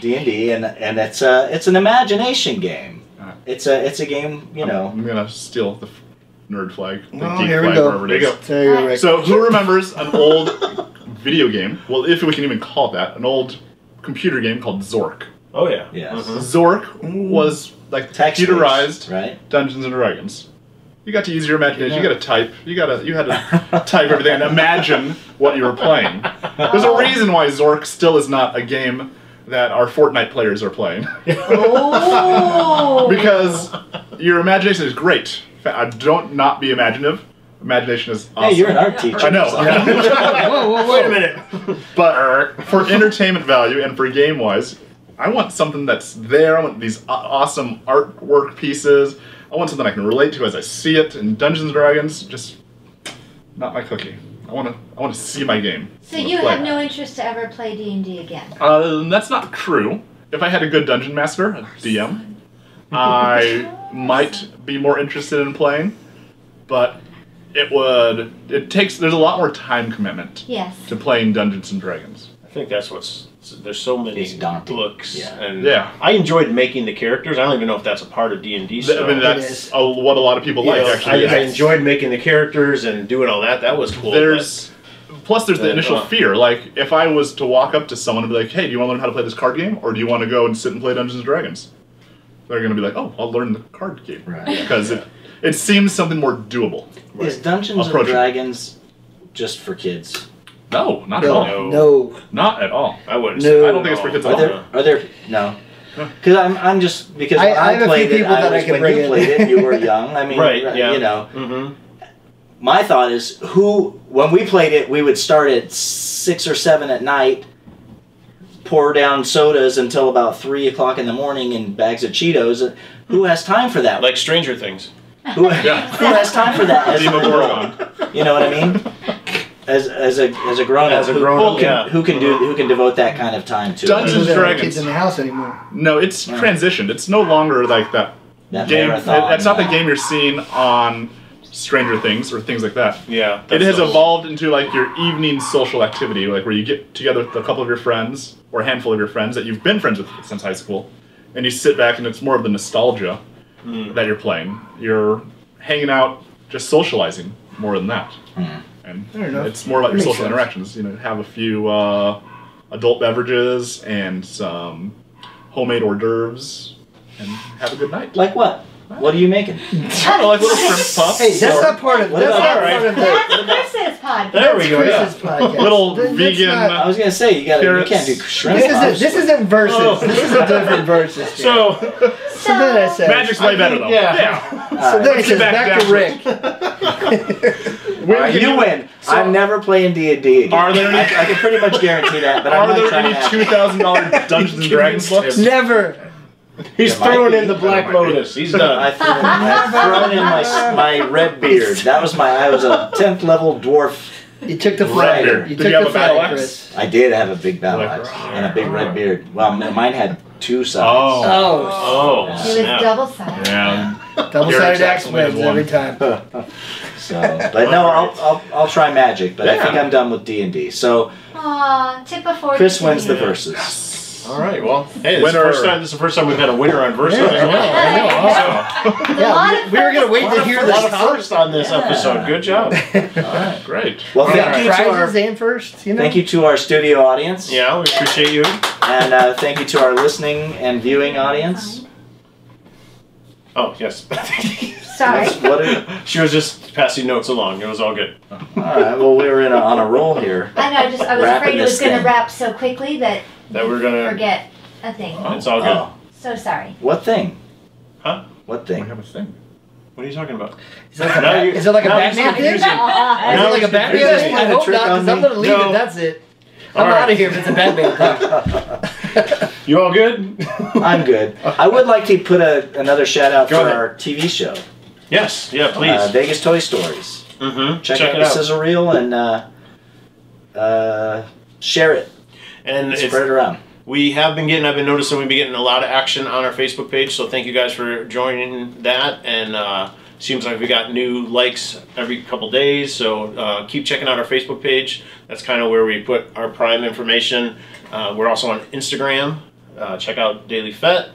C: D and D, and and it's a it's an imagination game.
F: Alright.
C: It's a it's a game, you know.
F: I'm gonna steal the f- nerd flag. The
D: Oh,
F: geek
D: here we
F: flag,
D: go.
F: wherever it
B: There you
F: is.
B: go.
D: There you go, Rick.
F: So, who remembers an old video game? Well, if we can even call it that, an old computer game called Zork.
B: Oh yeah.
C: Yes.
B: Mhm.
F: Zork was like
C: Text
F: computerized
C: right?
F: Dungeons and Dragons. You got to use your imagination. You got to type. You got to you had to type everything and imagine what you were playing. There's a reason why Zork still is not a game that our Fortnite players are playing
E: Oh.
F: because your imagination is great. Fa- I don't not be imaginative. Imagination is awesome.
C: Hey, you're an art teacher.
F: I know.
C: so-
D: whoa, whoa, whoa.
B: Wait a minute.
F: But for entertainment value and for game wise, I want something that's there. I want these aw- awesome artwork pieces. I want something I can relate to as I see it. And Dungeons and Dragons, just not my cookie. I want to. I want to see my game.
E: So
F: I wanna
E: you
F: play.
E: have no interest to ever play D and D again.
F: Uh, that's not true. If I had a good dungeon master, a DM, I might be more interested in playing. But it would. It takes. There's a lot more time commitment
E: Yes.
F: to playing Dungeons and Dragons.
B: I think that's what's there's so many
C: It's daunting.
B: books
C: Yeah.
B: and
F: Yeah.
B: I enjoyed making the characters. I don't even know if that's a part of D and D.
F: Th- I mean,
D: is.
F: that's a, what a lot of people like. actually,
B: I, I enjoyed making the characters and doing all that. That was cool.
F: there's plus there's the
B: Yeah,
F: initial
B: uh.
F: fear. Like, if I was to walk up to someone and be like, "Hey, do you want to learn how to play this card game, or do you want to go and sit and play Dungeons and Dragons?" They're gonna be like, "Oh, I'll learn the card game,"
C: Right.
F: Because it it seems something more doable.
C: Is Dungeons and
F: Approach it.
C: Dragons just for kids?
F: No, not at all.
D: No, no.
F: Not at all.
B: I wouldn't. Oh.
D: No.
F: I don't think it's for kids
C: Are
F: at
C: there?
F: all.
C: Are there? No. Because I'm, I'm just because
D: I-
C: when
D: I have a few
C: played it.
D: people
C: I
D: that I
C: was,
D: can
C: when
D: bring
C: you
D: in.
C: played it, you were young. I mean,
B: Right,
C: right,
B: yeah.
C: you know.
B: Mm-hmm.
C: my thought is who when we played it we would start at six or seven at night pour down sodas until about three o'clock in the morning and bags of cheetos who has time for that
B: Like Stranger Things.
C: who,
F: Yeah.
C: who has time for that as an adult?
F: Demogorgon.
C: you know what i mean as, as a as a grown
B: As a
C: who,
B: grown-up,
C: who can,
B: yeah.
C: who can do who can devote that kind of time to
D: There
F: Dungeons-
C: it
D: are no
F: Dragons.
D: kids in the house anymore.
F: No, it's
C: Yeah.
F: transitioned. It's no longer like that
C: that
F: game.
C: marathon
F: That's not the game you're seeing on Stranger Things or things like that.
B: Yeah.
F: it
B: that's
F: has
B: those.
F: evolved into like your evening social activity, like where you get together with a couple of your friends or a handful of your friends that you've been friends with since high school, and you sit back and it's more of the nostalgia
B: Hmm.
F: that you're playing. You're hanging out, just socializing more than that,
B: Hmm.
F: and
D: Fair enough.
F: it's more about your
D: Makes
F: social
D: sense.
F: interactions. You know, have a few uh, adult beverages and some homemade hors d'oeuvres, and have a good night.
C: like what what are you making
F: I don't know, like little shrimp puffs.
D: Hey, that's
F: or-
D: not part of.
C: What
D: That's
C: about-
D: not
B: Alright.
D: part of the.
E: That's Chris's podcast.
B: There we go. Yeah.
D: Chris's podcast.
F: Little
D: Th- that's
F: vegan, uh,
D: not-
C: i was gonna say you gotta you can't do
F: Carrots.
C: shrimp
D: This isn't. This
C: obviously.
D: isn't versus.
B: Oh.
D: This is a different versus. dude.
B: So
D: so then I said.
F: Magic's way better though.
B: yeah.
F: yeah.
C: All
D: So
C: right.
D: then I
F: Let's
D: said
F: get back
D: back,
F: down
D: to
F: to
D: Rick.
F: When
C: All right,
F: can
C: you win. I'm never playing D and D again.
F: Are there any-
C: I, I can pretty much guarantee that. But I'm
F: Are
C: not
F: there
C: trying
F: any
C: to have-
F: two thousand dollar Dungeons and Dragons books?
D: Never.
B: he's
C: There might
B: throwing
C: be.
B: in the Black
F: There might be.
B: Lotus. He's done.
C: I've thrown, I've thrown in my my red beard. That was my. I was a tenth level dwarf.
D: You took the flag.
F: Right. Did
D: You
F: you
D: took
F: have
D: the
F: a battle
D: flag,
F: axe?
D: Chris.
C: I did have a big battle
F: Like,
C: axe and a big red beard. Well, m- mine had two sides.
F: Oh.
B: Oh,
D: Oh,
E: It was
B: snap.
E: double sided.
F: Yeah.
D: double-sided
F: Garrett's
D: axe
F: actually
D: wins
F: won.
D: every time.
C: So, but no, I'll, I'll I'll try magic. But I think
F: Yeah.
C: I'm done with D and D. So
E: Aw, tip of fortune.
C: Chris wins the
E: Yeah.
C: verses.
B: All right. Well, hey, this is, the
F: Winner.
B: first time, this is the first time we've had a winner on versus.
D: Yeah,
F: Oh,
D: I know. I know. Awesome.
E: There's a lot
D: Yeah,
E: of
D: we, we were gonna wait
B: A lot
D: to
B: of-
D: hear
B: a
D: the
B: lot of
D: top.
B: first on this episode. Good job.
F: Great.
C: Well,
D: We got
C: thank you to
D: prizes
C: our
D: and first. You know.
C: thank you to our studio audience.
B: Yeah, we appreciate you.
C: And uh, thank you to our listening and viewing audience.
B: Oh yes.
E: Sorry.
C: That's what it,
B: She was just passing notes along. It was all good.
C: all right. Well, we were in a, on a roll here.
E: I know. I just I was
C: Wrapping
E: afraid it was
C: this
E: going to
C: thing.
E: wrap so quickly that
B: That we're gonna.
E: forget a thing.
B: It's all good.
C: Oh,
E: So sorry.
C: what thing?
B: Huh?
C: What
F: We
C: thing?
F: have a thing.
B: What are you talking about?
D: Is that like a,
B: Now
D: Bat-
B: you-
D: is that like a
B: now you're
D: Batman thing? Is
B: confusing.
D: it
B: Now
D: like a
B: you're
D: Batman
B: confusing.
D: thing? I hope
C: Trick
D: not,
C: on
D: because I'm
C: me.
D: going to leave
B: No.
D: it. That's it.
B: All
D: I'm
B: right.
D: out of here if it's a Batman thing.
B: You all good?
C: I'm good. I would like to put a, another shout out
B: Go
C: for
B: ahead.
C: our TV show,
B: yes. Yeah. Please.
C: Uh, Vegas Toy Stories.
B: mm-hmm.
C: Check, out
B: it
C: the
B: out.
C: sizzle reel and uh, uh, share it,
B: and it's,
C: spread it around.
B: we have been getting. I've been noticing we've been getting a lot of action on our Facebook page. So thank you guys for joining that. And uh, seems like we got new likes every couple days. So uh, keep checking out our Facebook page. That's kind of where we put our prime information. Uh, we're also on Instagram. Uh, check out Daily Fet.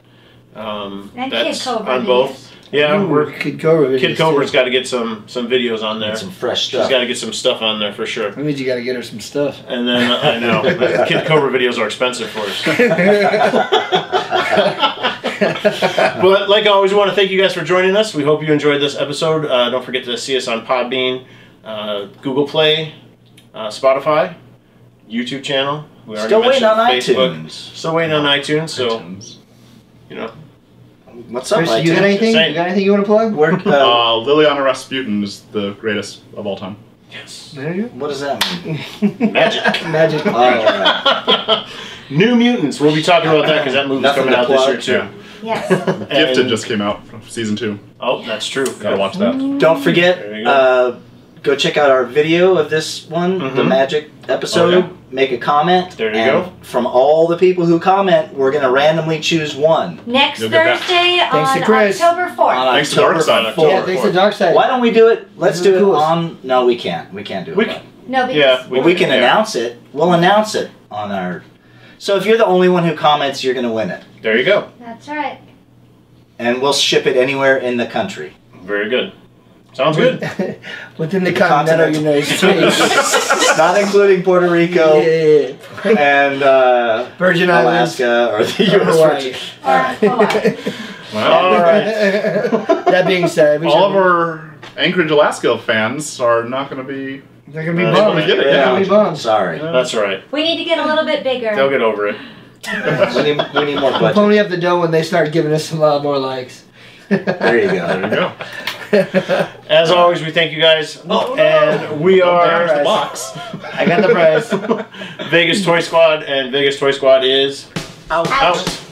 B: Um,
E: And
B: that's
E: Kid Cobra
B: on both. Yeah, we're
D: Kid Cobra.
B: Kid Cobra's got to get some some videos on there.
C: Get some fresh
B: She's
C: stuff.
B: got to get some stuff on there for sure.
D: That means you got to get her some stuff.
B: And then I know the Kid Cobra videos are expensive for us. but like always, we want to thank you guys for joining us. We hope you enjoyed this episode. Uh, don't forget to see us on Podbean, uh, Google Play, uh, Spotify, YouTube channel. We already
C: Still waiting
B: mentioned
C: on
B: Facebook.
C: iTunes.
B: Still waiting on iTunes. So
F: iTunes.
B: you know,
C: What's up,
D: Chris, you got
C: iTunes?
D: anything?
B: Same.
D: You got anything you want to plug?
C: Where, uh,
F: Uh, Liliana Rasputin is the greatest of all time.
B: yes,
D: There you
C: what does that mean?
B: magic.
D: go. Magic.
C: Oh, all right.
B: New Mutants. We'll be talking about that because that movie's
C: Nothing
B: coming
C: to
B: out this
C: plug.
B: year too.
E: Yes.
F: Gifted
B: And-
F: just came out, season two.
B: Oh, that's true.
F: Gotta watch that.
C: Don't
B: There
C: forget,
B: you go.
C: go. Uh, go check out our video of this one, the
D: Mm-hmm.
B: Mhm.
C: magic episode.
B: Oh, yeah.
C: Make a comment.
B: There you
C: and
B: go.
C: From all the people who comment, we're going to randomly choose one.
E: Next
F: You'll get that.
E: Thursday
D: Thanks to
E: on
D: Chris.
E: October 4th.
C: On
F: Thanks to
C: October
F: Darkside,
C: fourth.
D: Yeah, thanks to Darkseid.
C: Why don't we do it? Let's
D: This is
C: do it
D: cool.
C: on. No, we can't. We can't do it.
B: We
C: live.
B: can-
E: No, because
B: Yeah,
C: Well, we
B: can-
C: can
B: yeah.
C: announce it. We'll announce it on our. So if you're the only one who comments, you're going to win it,
B: There you go.
E: that's right.
C: and we'll ship it anywhere in the country.
B: Very good. Sounds good.
D: Within the continental
C: continent.
D: United States.
C: Not including Puerto Rico
D: Yeah.
C: and uh,
D: Virgin Islands.
C: Alaska or the
D: or
C: U.S.
D: Hawaii.
E: Or Hawaii.
F: Well,
B: All right.
D: that being said, we
F: all
D: should-
F: of our Anchorage, Alaska fans are not going to be.
D: they're gonna be
B: Uh,
D: bummed.
F: we get it,
D: They're
F: yeah.
D: gonna be bummed.
C: Sorry.
B: That's all right.
E: we need to get a little bit
B: They'll
E: bigger.
B: get over it.
C: We need, we need more
D: We'll
C: budget.
D: pony up the dough when they start giving us a lot more likes.
C: There you
F: There you
C: go.
F: go.
B: As always, we thank you guys. and we
D: there's the
B: are
F: Box.
D: I got the prize.
B: Vegas Toy Squad, and Vegas Toy Squad is
E: Ouch.
B: out.